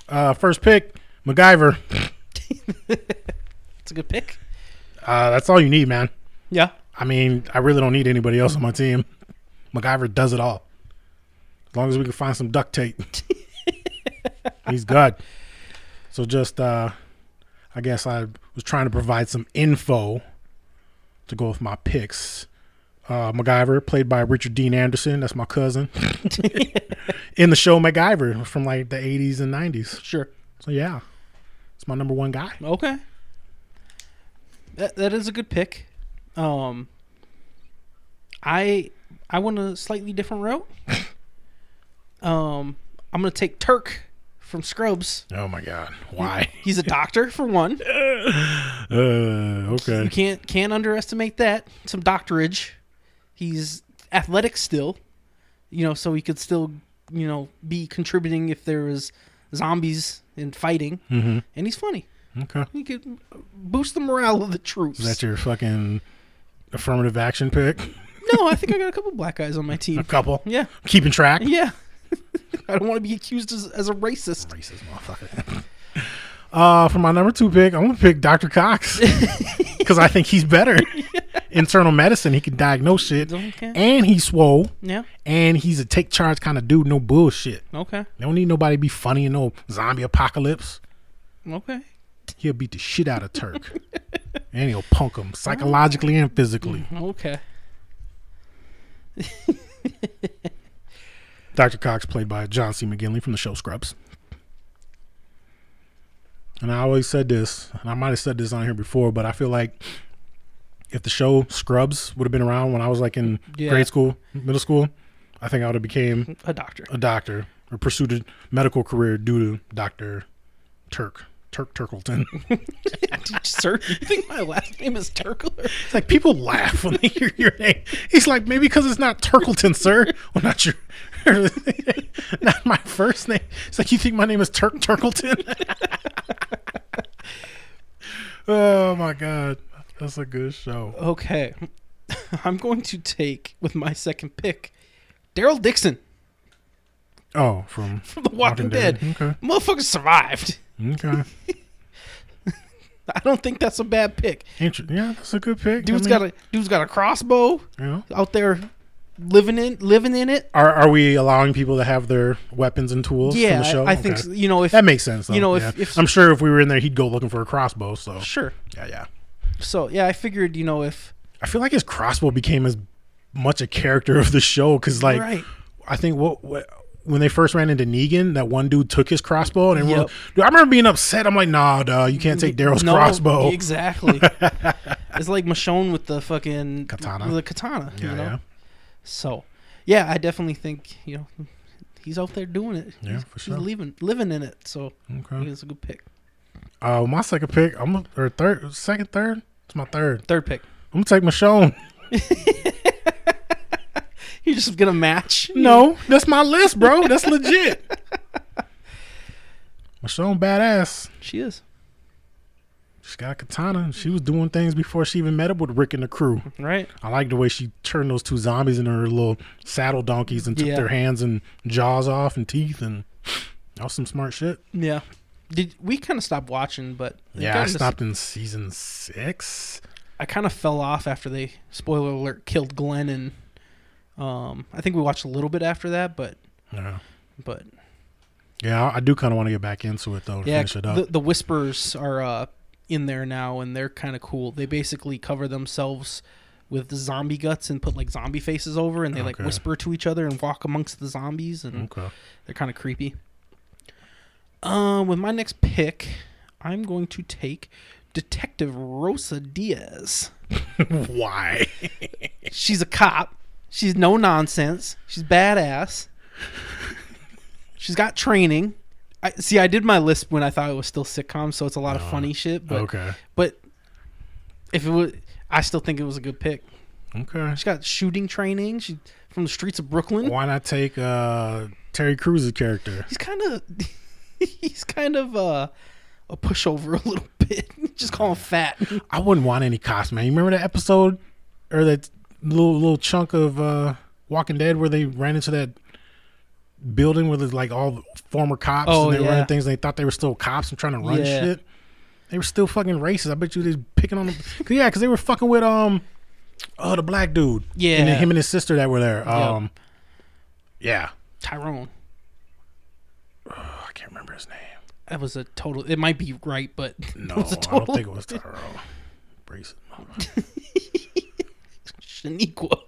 S6: Uh, first pick, MacGyver.
S5: It's a good pick.
S6: Uh, that's all you need, man.
S5: Yeah.
S6: I mean, I really don't need anybody else on my team. MacGyver does it all. As long as we can find some duct tape, he's good. So just, uh, I guess I was trying to provide some info to go with my picks. Uh, MacGyver, played by Richard Dean Anderson. That's my cousin. In the show MacGyver from like the 80s and 90s.
S5: Sure.
S6: So, yeah, it's my number one guy.
S5: Okay. That that is a good pick. Um I I went a slightly different route. um I'm gonna take Turk from Scrubs.
S6: Oh, my God. Why?
S5: He's a doctor for one.
S6: Uh,
S5: You
S6: okay.
S5: can't can't underestimate that. Some doctorage. He's athletic still. You know, so he could still, you know, be contributing if there was zombies and fighting. Mm-hmm. And he's funny.
S6: Okay.
S5: He could boost the morale of the troops.
S6: Is that your fucking affirmative action pick?
S5: no, I think I got a couple black guys on my
S6: A
S5: team.
S6: couple.
S5: Yeah,
S6: Keeping track.
S5: yeah. I don't want to be accused as, as a racist.
S6: Racist motherfucker. Uh, for my number two pick, I'm gonna pick Dr. Cox because I think he's better. Internal medicine, he can diagnose shit,
S5: Okay.
S6: and he's swole,
S5: Yeah.
S6: and he's a take charge kind of dude. No bullshit.
S5: Okay.
S6: They don't need nobody to be funny in no zombie apocalypse.
S5: Okay.
S6: He'll beat the shit out of Turk, and he'll punk him psychologically and physically.
S5: Okay.
S6: Dr. Cox, played by John C. McGinley from the show Scrubs. And I always said this, and I might have said this on here before, but I feel like if the show Scrubs would have been around when I was like in
S5: Yeah.
S6: grade school, middle school, I think I would have became
S5: A doctor.
S6: a doctor or pursued a medical career due to Dr. Turk. Turk Turkleton.
S5: Sir, you think my last name is Turkler?
S6: It's like people laugh when they hear your name. He's like, maybe because it's not Turkleton, sir. Well, not your, not my first name. It's like you think my name is Turk Turkleton. oh my god, that's a good show.
S5: Okay. I'm going to take with my second pick Daryl Dixon
S6: Oh, from
S5: from The Walking,
S6: Walking
S5: Dead.
S6: Dead. Okay.
S5: Motherfucker survived.
S6: okay,
S5: I don't think that's a bad pick.
S6: Inter- yeah, that's a good pick.
S5: Dude's
S6: I mean,
S5: got a dude's got a crossbow
S6: you know.
S5: out there living in living in it.
S6: Are are we allowing people to have their weapons and tools? from
S5: Yeah,
S6: the show?
S5: I, I think
S6: Okay.
S5: so. you know if
S6: That makes sense. Though.
S5: you know, if-
S6: yeah.
S5: if-
S6: I'm sure if we were in there, he'd go looking for a crossbow. So
S5: sure.
S6: yeah, yeah.
S5: So yeah, I figured you know if
S6: I feel like his crossbow became as much a character of the show because, like,
S5: Right.
S6: I think what, what when they first ran into Negan, that one dude took his crossbow, and everyone,
S5: Yep.
S6: dude, I remember being upset. I'm like, nah, duh, you can't take Daryl's
S5: No,
S6: crossbow.
S5: Exactly. it's like Michonne with the fucking
S6: Katana.
S5: with The katana.
S6: Yeah,
S5: you know?
S6: yeah,
S5: So, yeah, I definitely think you know he's out there doing it.
S6: Yeah,
S5: he's,
S6: for sure.
S5: He's living living in it. So I think
S6: Okay.
S5: it's a good pick.
S6: Uh, my second pick, I'm gonna- or third, second, third. It's my third.
S5: Third pick.
S6: I'm gonna take Michonne.
S5: You're just gonna match.
S6: No, that's my list, bro. That's legit. Michonne, badass.
S5: she is
S6: She's got a katana. She was doing things before she even met up with Rick and the crew.
S5: right.
S6: I like the way she turned those two zombies into her little saddle donkeys and took
S5: Yeah.
S6: their hands and jaws off and teeth and that was some smart shit.
S5: Yeah. Did we kind of stopped watching? But it
S6: Yeah,
S5: got
S6: I
S5: into-
S6: stopped in season six.
S5: I kind of fell off after they spoiler alert killed Glenn and um I think we watched a little bit after that, but
S6: Yeah,
S5: but
S6: yeah, I- I do kind of want to get back into it though. To
S5: yeah,
S6: finish it up.
S5: the, the whispers are uh in there now and they're kind of cool. They basically cover themselves with zombie guts and put like zombie faces over and they like
S6: Okay.
S5: whisper to each other and walk amongst the zombies and
S6: okay,
S5: they're kind of creepy. Um with my next pick, I'm going to take Detective Rosa Diaz.
S6: why?
S5: She's a cop. She's no nonsense. She's badass. She's got training. I see. I did my list when I thought it was still sitcom, so it's a lot of funny shit. But
S6: okay,
S5: but if it was, I still think it was a good pick.
S6: okay.
S5: She got shooting training. She from the streets of Brooklyn.
S6: Why not take uh, Terry Crews' character?
S5: He's kind of he's kind of uh, a pushover a little bit. Just call him fat.
S6: I wouldn't want any cops, man. You remember that episode or that little little chunk of uh Walking Dead where they ran into that building where there's like all the former cops
S5: Oh,
S6: and they were
S5: yeah.
S6: running things and they thought they were still cops and trying to run
S5: Yeah.
S6: shit. They were still fucking racist. I bet you they was picking on them. Cause yeah, because they were fucking with um oh the black dude. And
S5: Yeah.
S6: then him and his sister that were there. Um Yeah.
S5: Tyrone.
S6: Oh, I can't remember his name.
S5: That was a total. It might be right, but
S6: No,
S5: that was a
S6: I don't
S5: total.
S6: think it was Tyrone. Racist.
S5: Shaniqua.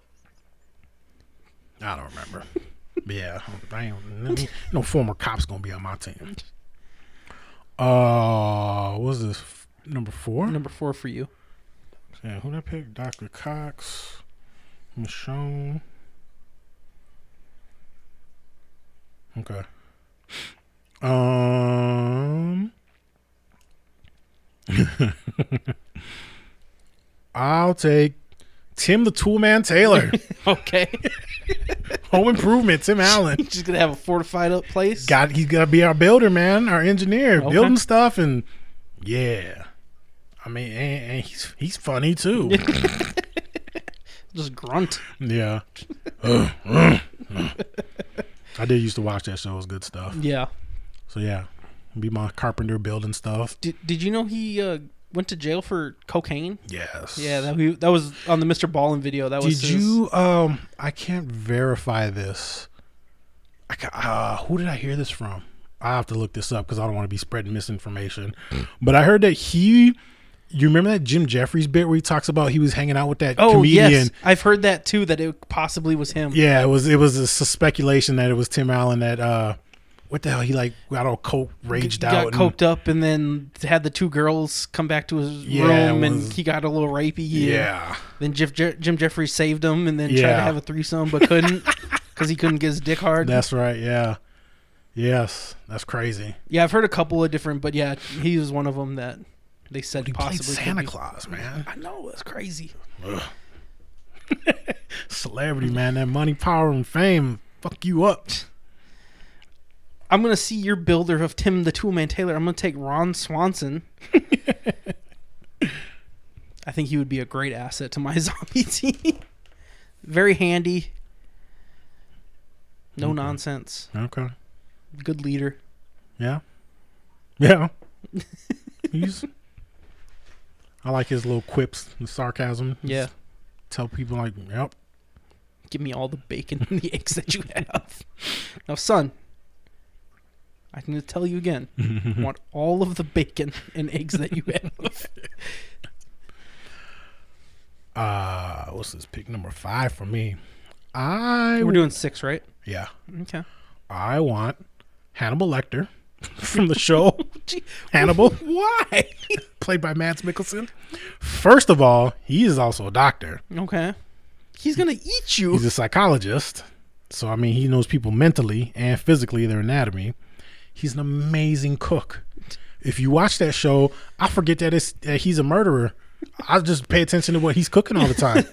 S6: I don't remember. But yeah, I ain't, no former cops gonna be on my team. Uh, what's this F- number four?
S5: Number four for you.
S6: Yeah, who did I pick? Dr. Cox, Michonne. Okay. Um. I'll take Tim the Toolman Taylor.
S5: Okay.
S6: Home improvement, Tim Allen.
S5: She's gonna have a fortified up place.
S6: Got he's gotta be our builder, man, our engineer,
S5: Okay.
S6: building stuff and yeah. I mean and, and he's he's funny too.
S5: Just grunt.
S6: Yeah. Ugh, ugh, ugh. I did used to watch that show. It was good stuff.
S5: Yeah.
S6: So yeah, be my carpenter building stuff.
S5: Did Did you know he uh, went to jail for cocaine?
S6: Yes.
S5: Yeah, that we, that was on the Mr. Ballin video. That was
S6: did
S5: his-
S6: you? Um, I can't verify this. I ca uh, who did I hear this from? I have to look this up because I don't want to be spreading misinformation. but I heard that he. You remember that Jim Jeffries bit where he talks about he was hanging out with that
S5: Oh
S6: comedian
S5: yes, I've heard that too. That it possibly was him.
S6: Yeah, it was it was a sus- speculation that it was Tim Allen that uh what the hell he like got all coke raged
S5: got
S6: out and-
S5: coped up and then had the two girls come back to his
S6: Yeah, it
S5: room and
S6: was-
S5: he got a little rapey.
S6: yeah.
S5: Then Jif- Je- Jim Jeffries saved him and then tried to
S6: Yeah.
S5: have a threesome but couldn't because he couldn't get his dick hard.
S6: That's right, yeah. Yes, that's crazy.
S5: yeah, I've heard a couple of different, but yeah, he was one of them that they said
S6: He played
S5: possibly. could
S6: Santa
S5: be-
S6: Claus, man.
S5: I know it's crazy.
S6: Celebrity, man. That money, power, and fame fuck you up.
S5: I'm gonna see your builder of Tim the Toolman Taylor. I'm gonna take Ron Swanson. I think he would be a great asset to my zombie team. Very handy. No nonsense.
S6: Okay.
S5: Good leader.
S6: Yeah. Yeah. He's I like his little quips and sarcasm. Just
S5: Yeah.
S6: Tell people like, yep.
S5: Give me all the bacon and the eggs that you have. Now, son, I can tell you again. I want all of the bacon and eggs that you have.
S6: Uh what's this pick number five for me? I
S5: We're doing six, right?
S6: yeah.
S5: Okay.
S6: I want Hannibal Lecter from the show
S5: Gee,
S6: Hannibal,
S5: Why?
S6: played by Mads Mikkelsen. First of all, he is also a doctor.
S5: Okay. He's gonna eat you.
S6: He's a psychologist, so I mean, he knows people mentally and physically, their anatomy. He's an amazing cook. If you watch that show, I forget that it's that he's a murderer. I just pay attention to what he's cooking all the time.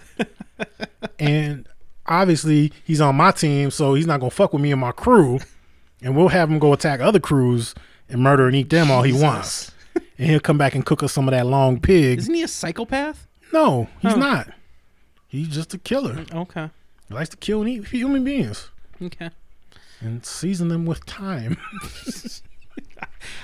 S6: and obviously, he's on my team, so he's not gonna fuck with me and my crew. And we'll have him go attack other crews and murder and eat them all he wants. And he'll come back and cook us some of that long pig.
S5: Isn't he a psychopath?
S6: no, he's
S5: Huh.
S6: not. He's just a killer.
S5: Okay.
S6: He likes to kill and eat human beings
S5: Okay.
S6: and season them with time.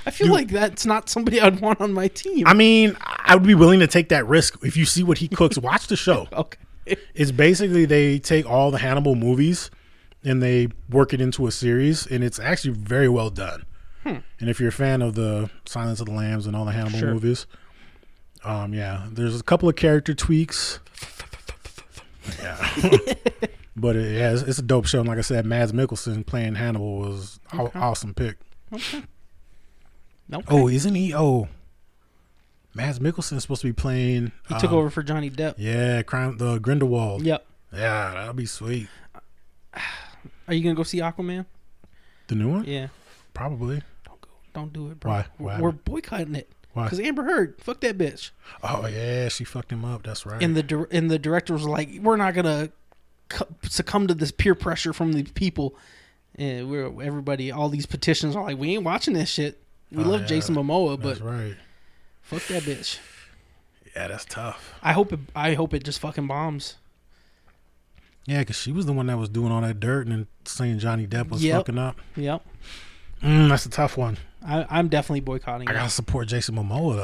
S5: I feel like that's not somebody I'd want on my team.
S6: I mean, I would be willing to take that risk if you see what he cooks. Watch the show.
S5: okay.
S6: It's basically they take all the Hannibal movies and they work it into a series, and it's actually very well done. And if you're a fan of the Silence of the Lambs and all the Hannibal
S5: Hmm. Sure.
S6: movies, um, yeah, there's a couple of character tweaks. Yeah. but it, yeah, it's, it's a dope show. And like I said, Mads Mikkelsen playing Hannibal was aw- awesome pick.
S5: No.
S6: Oh, isn't he? Oh, Mads Mikkelsen is supposed to be playing. um,
S5: he took over for Johnny Depp.
S6: Yeah, crime the Grindelwald.
S5: Yep.
S6: yeah, that'll be sweet.
S5: Are you gonna go see Aquaman?
S6: The new one,
S5: Yeah.
S6: probably.
S5: Don't go. Don't do it, bro.
S6: Why? Why?
S5: We're boycotting it.
S6: Why?
S5: Because Amber Heard, fuck that bitch.
S6: Oh yeah, she fucked him up. That's right.
S5: And the dir- and the director was like, we're not gonna cu- succumb to this peer pressure from the people. And we're everybody, all these petitions are like, we ain't watching this shit. We
S6: Oh,
S5: love
S6: yeah.
S5: Jason Momoa, but
S6: That's right.
S5: fuck that bitch.
S6: Yeah, that's tough.
S5: I hope it. I hope it just fucking bombs.
S6: Yeah, because she was the one that was doing all that dirt and then saying Johnny Depp was
S5: Yep.
S6: fucking up.
S5: Yep.
S6: Mm, that's a tough one.
S5: I, I'm definitely boycotting.
S6: I
S5: it.
S6: gotta support Jason Momoa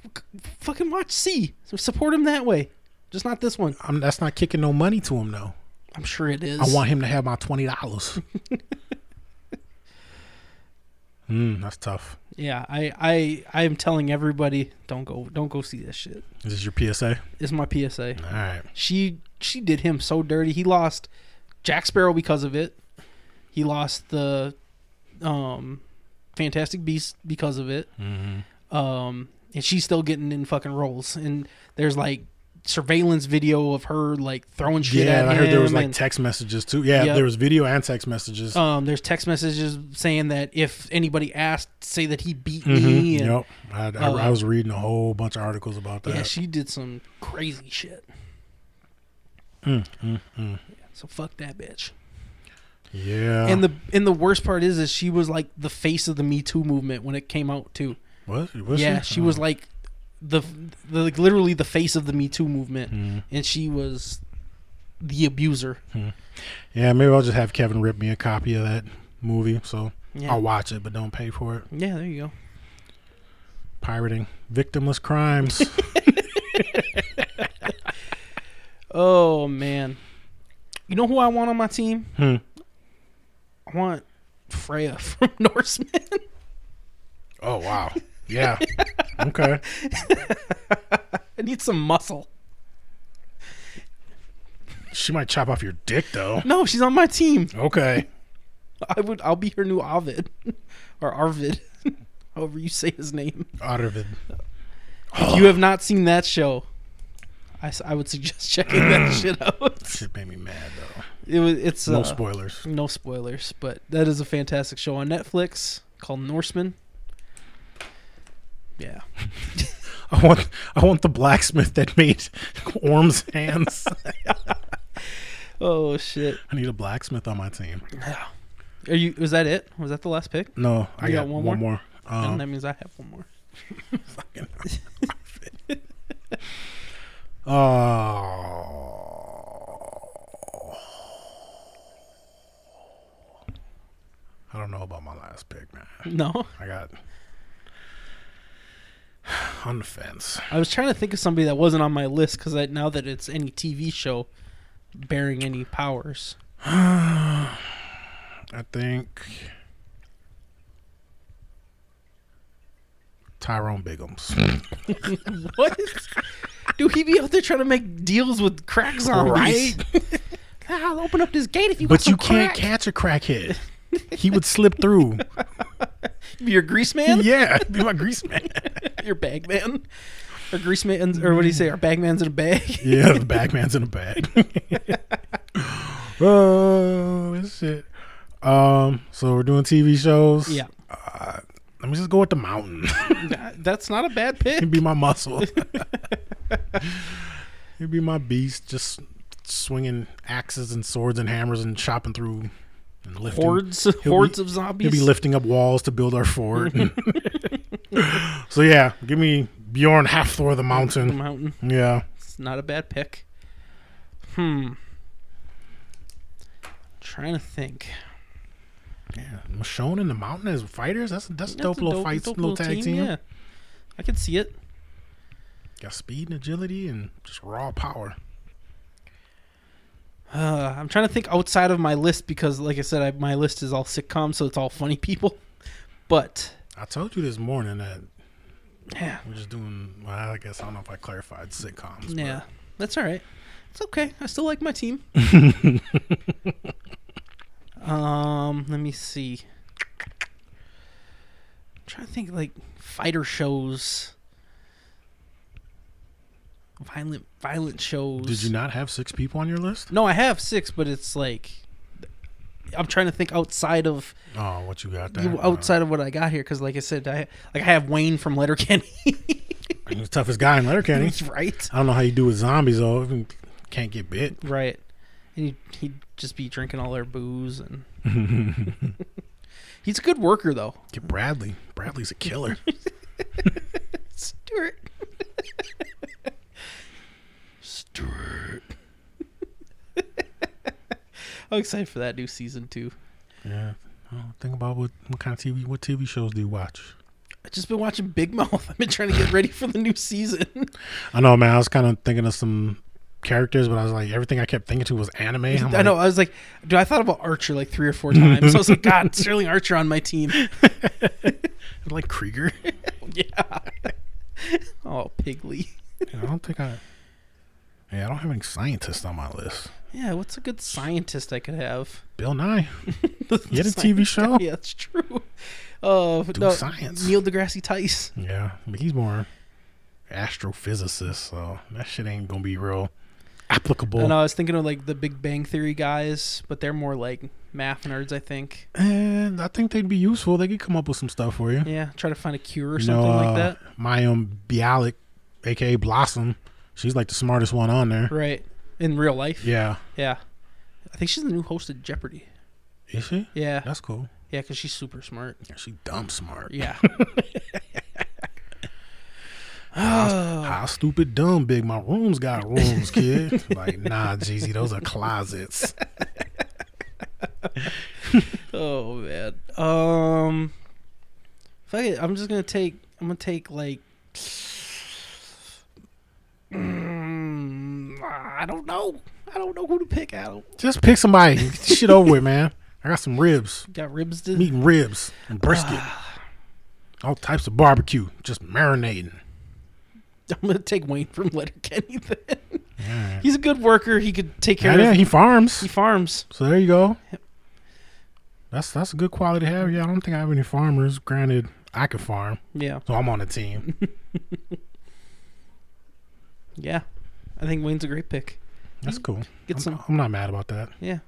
S6: though.
S5: Fucking watch C. So support him that way. Just not this one.
S6: I'm, that's not kicking no money to him though.
S5: I'm sure it is.
S6: I want him to have my twenty dollars. Mm, that's tough.
S5: Yeah, I I I am telling everybody don't go don't go see this shit.
S6: Is this your PSA?
S5: It's my PSA.
S6: All right.
S5: She she did him so dirty. He lost Jack Sparrow because of it. He lost the um Fantastic Beast because of it.
S6: Mm-hmm.
S5: Um and she's still getting in fucking roles and there's like surveillance video of her like throwing shit at
S6: Yeah,
S5: him.
S6: I heard there was like
S5: and-
S6: text messages too. Yeah,
S5: Yep.
S6: there was video and text messages.
S5: um, there's text messages saying that if anybody asked, say that he beat me.
S6: Mhm,
S5: E And,
S6: Yep. I, I, I
S5: uh,
S6: was reading a whole bunch of articles about that.
S5: Yeah, she did some crazy shit.
S6: Mm,
S5: Yeah, so fuck that bitch.
S6: yeah.
S5: And the and the worst part is, is she was like the face of the Me Too movement when it came out too.
S6: what? Was Oh. Uh-huh.
S5: yeah, she was like the the like, literally the face of the Me Too movement,
S6: Mm-hmm.
S5: and she was the abuser.
S6: Hmm. Yeah, maybe I'll just have Kevin rip me a copy of that movie, so
S5: Yeah.
S6: I'll watch it, but don't pay for it.
S5: Yeah, there you go.
S6: Pirating, victimless crimes.
S5: Oh man, you know who I want on my team?
S6: Hmm.
S5: I want Freya from Norseman.
S6: oh wow. Yeah. okay.
S5: I need some muscle.
S6: She might chop off your dick though.
S5: No, she's on my team.
S6: Okay.
S5: I would. I'll be her new Ovid, or Arvid, however you say his name.
S6: Ottervid.
S5: If you have not seen that show, I, s- I would suggest checking that shit out.
S6: Shit made me mad though.
S5: It was. It's
S6: No
S5: uh,
S6: spoilers.
S5: No spoilers, but that is a fantastic show on Netflix called Norseman. Yeah.
S6: I want I want the blacksmith that made Orm's hands.
S5: Oh shit.
S6: I need a blacksmith on my team.
S5: Are you? Was that it? Was that the last pick?
S6: No, I
S5: You
S6: got, one, more.
S5: and
S6: Um,
S5: that means I have one more.
S6: Oh. I don't know about my last pick, man.
S5: No,
S6: I got on the fence.
S5: I was trying to think of somebody that wasn't on my list because now that it's any TV show bearing any powers.
S6: I think Tyrone Biggums.
S5: What? Dude, he be out there trying to make deals with crack zombies. "Ah, I'll open up this gate if you want
S6: But
S5: some
S6: you can't
S5: crack."
S6: catch a crackhead. He would slip through.
S5: You're a grease man?
S6: yeah, be my grease man.
S5: Your bag man? Or grease man? Or what do you say? Our bag man's in a bag?
S6: Yeah, the bag man's in a bag. oh shit. Um, so we're doing TV shows.
S5: yeah.
S6: Let me just go with the mountain.
S5: That- That's not a bad pick.
S6: He'd be my muscle. He'd be my beast, just swinging axes and swords and hammers and chopping through and lifting
S5: Hordes,
S6: be-
S5: hordes of
S6: He'll
S5: zombies.
S6: be lifting up walls to build our fort. so yeah, give me Bjorn Halfthor the Mountain.
S5: Mountain.
S6: Yeah.
S5: It's not a bad pick. Hmm. Trying to think.
S6: Yeah. Michonne and the Mountain as fighters. That's that's
S5: That's
S6: a dope
S5: a
S6: little fight,
S5: dope
S6: little, tag team.
S5: Yeah, I can see it.
S6: Got speed and agility and just raw power.
S5: Uh, I'm trying to think outside of my list because, like I said, I, my list is all sitcoms, so it's all funny people. But
S6: I told you this morning that
S5: yeah,
S6: we're just doing. Well, I guess I don't know if I clarified sitcoms. but-
S5: yeah, that's all right. It's okay. I still like my team. um, let me see. I'm trying to think like fighter shows, violent violent shows.
S6: Did you not have six people on your list?
S5: No, I have six, but it's like I'm trying to think outside of
S6: Oh, what you got
S5: you-
S6: there?
S5: outside of what I got here because, like I said, I like I have Wayne from Letterkenny,
S6: He's the toughest guy in Letterkenny.
S5: right?
S6: I don't know how you do with zombies though. If you Can't get bit.
S5: Right, and he'd, he'd just be drinking all their booze, and he's a good worker though.
S6: Get Bradley. Bradley's a killer.
S5: Stuart, Stuart. I'm excited for that new season too.
S6: yeah. Oh, think about what, what kind of TV what TV shows do you watch?
S5: I've just been watching Big Mouth. I've been trying to get ready for the new season.
S6: I know, man. I was kind of thinking of some characters, but I was like, everything I kept thinking to was anime. I'm
S5: I
S6: like,
S5: know. I was like, dude, I thought about Archer like three or four times. I was like, God, Sterling Archer on my team.
S6: like Krieger.
S5: Oh, Pigley.
S6: I don't think I. Yeah, I don't have any scientists on my list.
S5: Yeah, what's a good scientist I could have?
S6: Bill Nye.
S5: The,
S6: He had a
S5: the
S6: TV
S5: science
S6: show?
S5: guy, Yeah, that's true. Oh, no,
S6: science.
S5: Neil deGrasse Tyson.
S6: Yeah, but he's more astrophysicist, so that shit ain't gonna be real applicable.
S5: And I was thinking of like the Big Bang Theory guys, but they're more like math nerds, I think.
S6: and I think they'd be useful. They could come up with some stuff for you.
S5: Yeah, try to find a cure or
S6: You
S5: something
S6: uh,
S5: like that.
S6: Mayim Bialik, aka Blossom, she's like the smartest one on there.
S5: Right. In real life.
S6: Yeah,
S5: Yeah. I think she's the new host of Jeopardy.
S6: is she?
S5: Yeah.
S6: That's cool.
S5: yeah, because she's super smart.
S6: She dumb smart.
S5: Yeah.
S6: How Ah, stupid dumb big my rooms got rooms, kid. like, nah, Jeezy, those are closets.
S5: oh man. Um. Fuck it. I'm just gonna take. I'm gonna take like. Mm, I don't know. I don't know who to pick out.
S6: Just pick somebody. Get this shit over with, man. I got some ribs.
S5: Got ribs to.
S6: meat and ribs and brisket. All types of barbecue, just marinating.
S5: I'm gonna take Wayne from Letterkenny. Then he's a good worker. He could take care
S6: Yeah, yeah,
S5: of.
S6: he farms.
S5: He farms.
S6: So there you go. That's that's a good quality to have. Yeah, I don't think I have any farmers. Granted, I could farm,
S5: Yeah.
S6: so I'm on the team.
S5: Yeah. I think Wayne's a great pick.
S6: That's cool.
S5: Get
S6: I'm,
S5: some.
S6: I'm not mad about that.
S5: Yeah.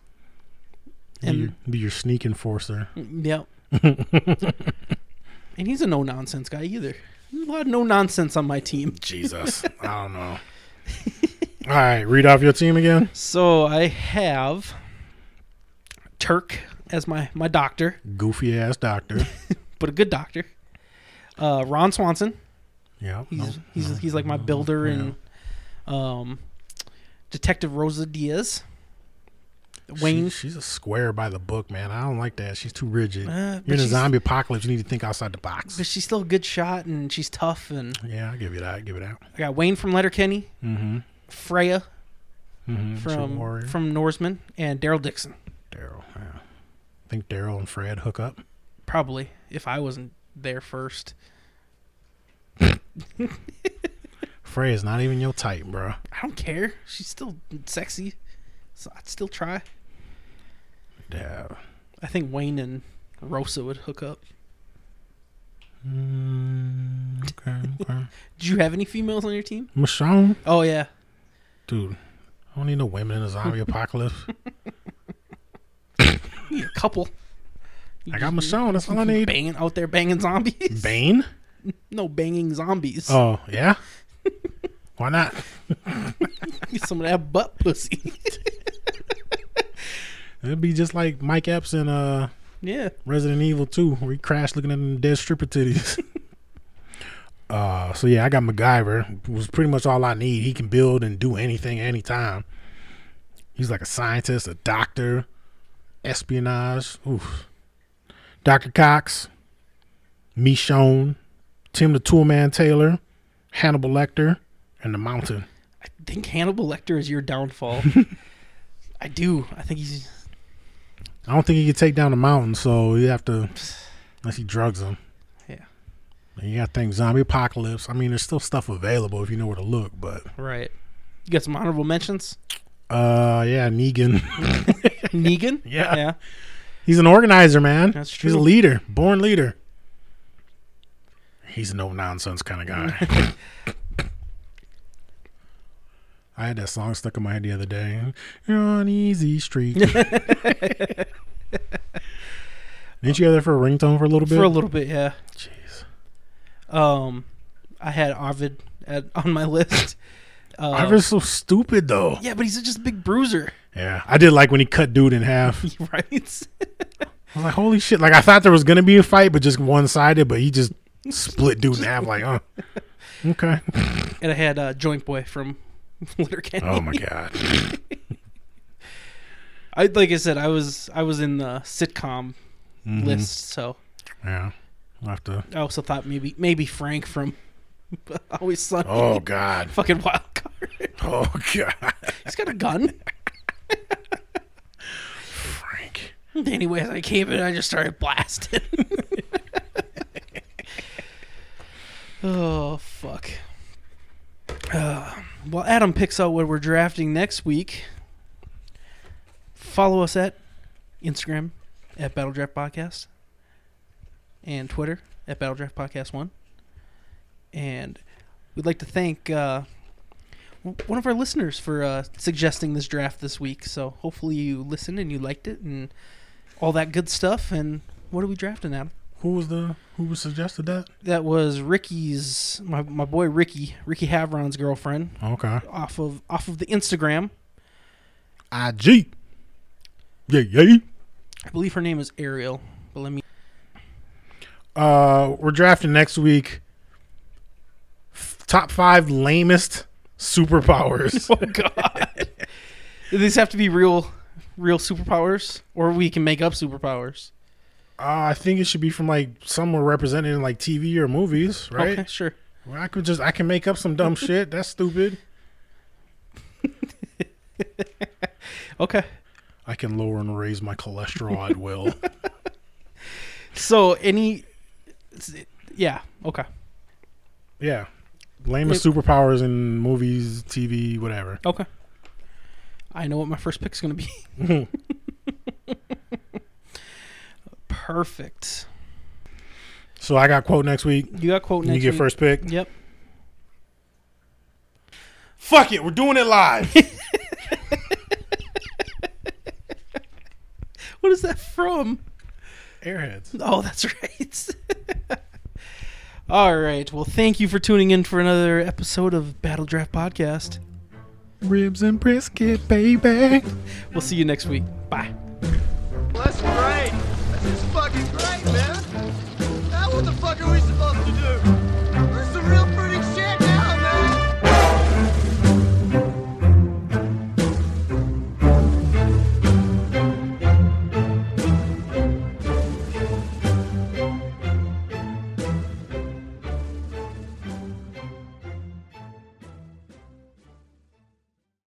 S6: Be
S5: And-
S6: your, be your sneak enforcer.
S5: Yep. and he's a no nonsense guy either. There's a lot of no nonsense on my team.
S6: Jesus, I don't know. All right, read off your team again.
S5: So I have Turk as my my doctor,
S6: Goofy ass doctor.
S5: but a good doctor. Uh, Ron Swanson,
S6: Yeah,
S5: he's
S6: no,
S5: he's
S6: no,
S5: he's like my
S6: no,
S5: builder
S6: yeah.
S5: and um, Detective Rosa Diaz.
S6: She-
S5: Wayne,
S6: she's a square by the book, man. I don't like that. She's too rigid.
S5: Uh, but
S6: You're in a
S5: she's-
S6: zombie apocalypse. You need to think outside the box.
S5: but she's still a good shot and she's tough. And
S6: yeah, I give you that. I give it out.
S5: I got Wayne from Letterkenny,
S6: Mm-hmm.
S5: Freya
S6: mm-hmm.
S5: from from Norseman, and Daryl Dixon.
S6: Daryl. Yeah. Think Daryl and Fred hook up.
S5: Probably if I wasn't there first.
S6: Fred is not even your type, bro.
S5: I don't care. She's still sexy, so I'd still try.
S6: Yeah.
S5: I think Wayne and Rosa would hook up.
S6: Mm, okay. okay.
S5: Did you have any females on your team?
S6: Michonne,
S5: Oh yeah,
S6: dude. I don't need no women in a zombie apocalypse.
S5: You need a couple.
S6: I got Michonne. That's all I need.
S5: Banging out there, banging zombies.
S6: Bane.
S5: No banging zombies.
S6: Oh yeah. Why not?
S5: Need Some of that butt pussy.
S6: It'd be just like Mike Epps and uh
S5: yeah.
S6: Resident Evil 2, where he crashed looking at them dead stripper titties. uh, so yeah, I got MacGyver, was pretty much all I need. He can build and do anything anytime. He's like a scientist, a doctor, espionage. Oof. Dr. Cox, Michonne, Tim the Toolman Taylor, Hannibal Lecter, and the Mountain.
S5: I think Hannibal Lecter is your downfall. I do. I think he's.
S6: I don't think he could take down the Mountain, so you have to unless he drugs him.
S5: Yeah.
S6: And you got things zombie apocalypse. I mean, there's still stuff available if you know where to look, but
S5: Right. You got some honorable mentions.
S6: uh yeah, Negan.
S5: Negan.
S6: Yeah.
S5: Yeah.
S6: He's an organizer, man.
S5: That's
S6: He's a
S5: true.
S6: leader, born leader. He's a no nonsense kind of guy. I had that song stuck in my head the other day. You're on easy street. Didn't you have that for a ringtone for a little bit?
S5: For a little bit. Yeah.
S6: Jeez.
S5: Um, I had Ovid at, on my list. Uh,
S6: I was so stupid though.
S5: Yeah, but he's just a big bruiser,
S6: Yeah, I did like when he cut dude in half.
S5: right?
S6: I was like, holy shit! Like I thought there was gonna be a fight, but just one sided. But he just split dude in half. Like, oh, okay.
S5: and I had uh, Joint Boy from Letterkenny.
S6: Oh my god.
S5: I like I said, I was I was in the sitcom
S6: Mm-hmm.
S5: list, so
S6: Yeah. I'll have to.
S5: I also thought maybe maybe Frank from Always Sunny,
S6: Oh god.
S5: fucking wild card.
S6: Oh god.
S5: He's got a gun.
S6: Frank.
S5: Anyways, I came in and I just started blasting. oh, fuck. Uh, well, Adam picks out what we're drafting next week. Follow us at Instagram at Battle Draft Podcast and Twitter at Battle Draft Podcast 1. And we'd like to thank uh, w- one of our listeners for uh, suggesting this draft this week. So hopefully you listened and you liked it and all that good stuff. And what are we drafting, Adam?
S6: Who was the who was suggested that?
S5: That was Ricky's my, my boy Ricky Ricky Havron's girlfriend
S6: Okay.
S5: off of off of the Instagram.
S6: IG. Yeah, yeah.
S5: I believe her name is Ariel, but let me
S6: Uh, we're drafting next week. F- top five lamest superpowers.
S5: Do these have to be real real superpowers or we can make up superpowers.
S6: Uh, I think it should be from like somewhere represented in like TV or movies, right?
S5: Okay, sure.
S6: Well, I could just I can make up some dumb shit. That's stupid.
S5: Okay.
S6: I can lower and raise my cholesterol at will.
S5: So any yeah, okay.
S6: yeah, lamest superpowers in movies, TV, whatever.
S5: Okay. I know what my first pick's going to be. Perfect.
S6: So I got quote next week.
S5: You got quote next
S6: you get
S5: week.
S6: first pick.
S5: Yep.
S6: Fuck it, we're doing it live.
S5: What is that from?
S6: Airheads.
S5: Oh, that's right. All right. Well, thank you for tuning in for another episode of Battle Draft Podcast.
S6: Ribs and brisket, baby.
S5: We'll see you next week. Bye.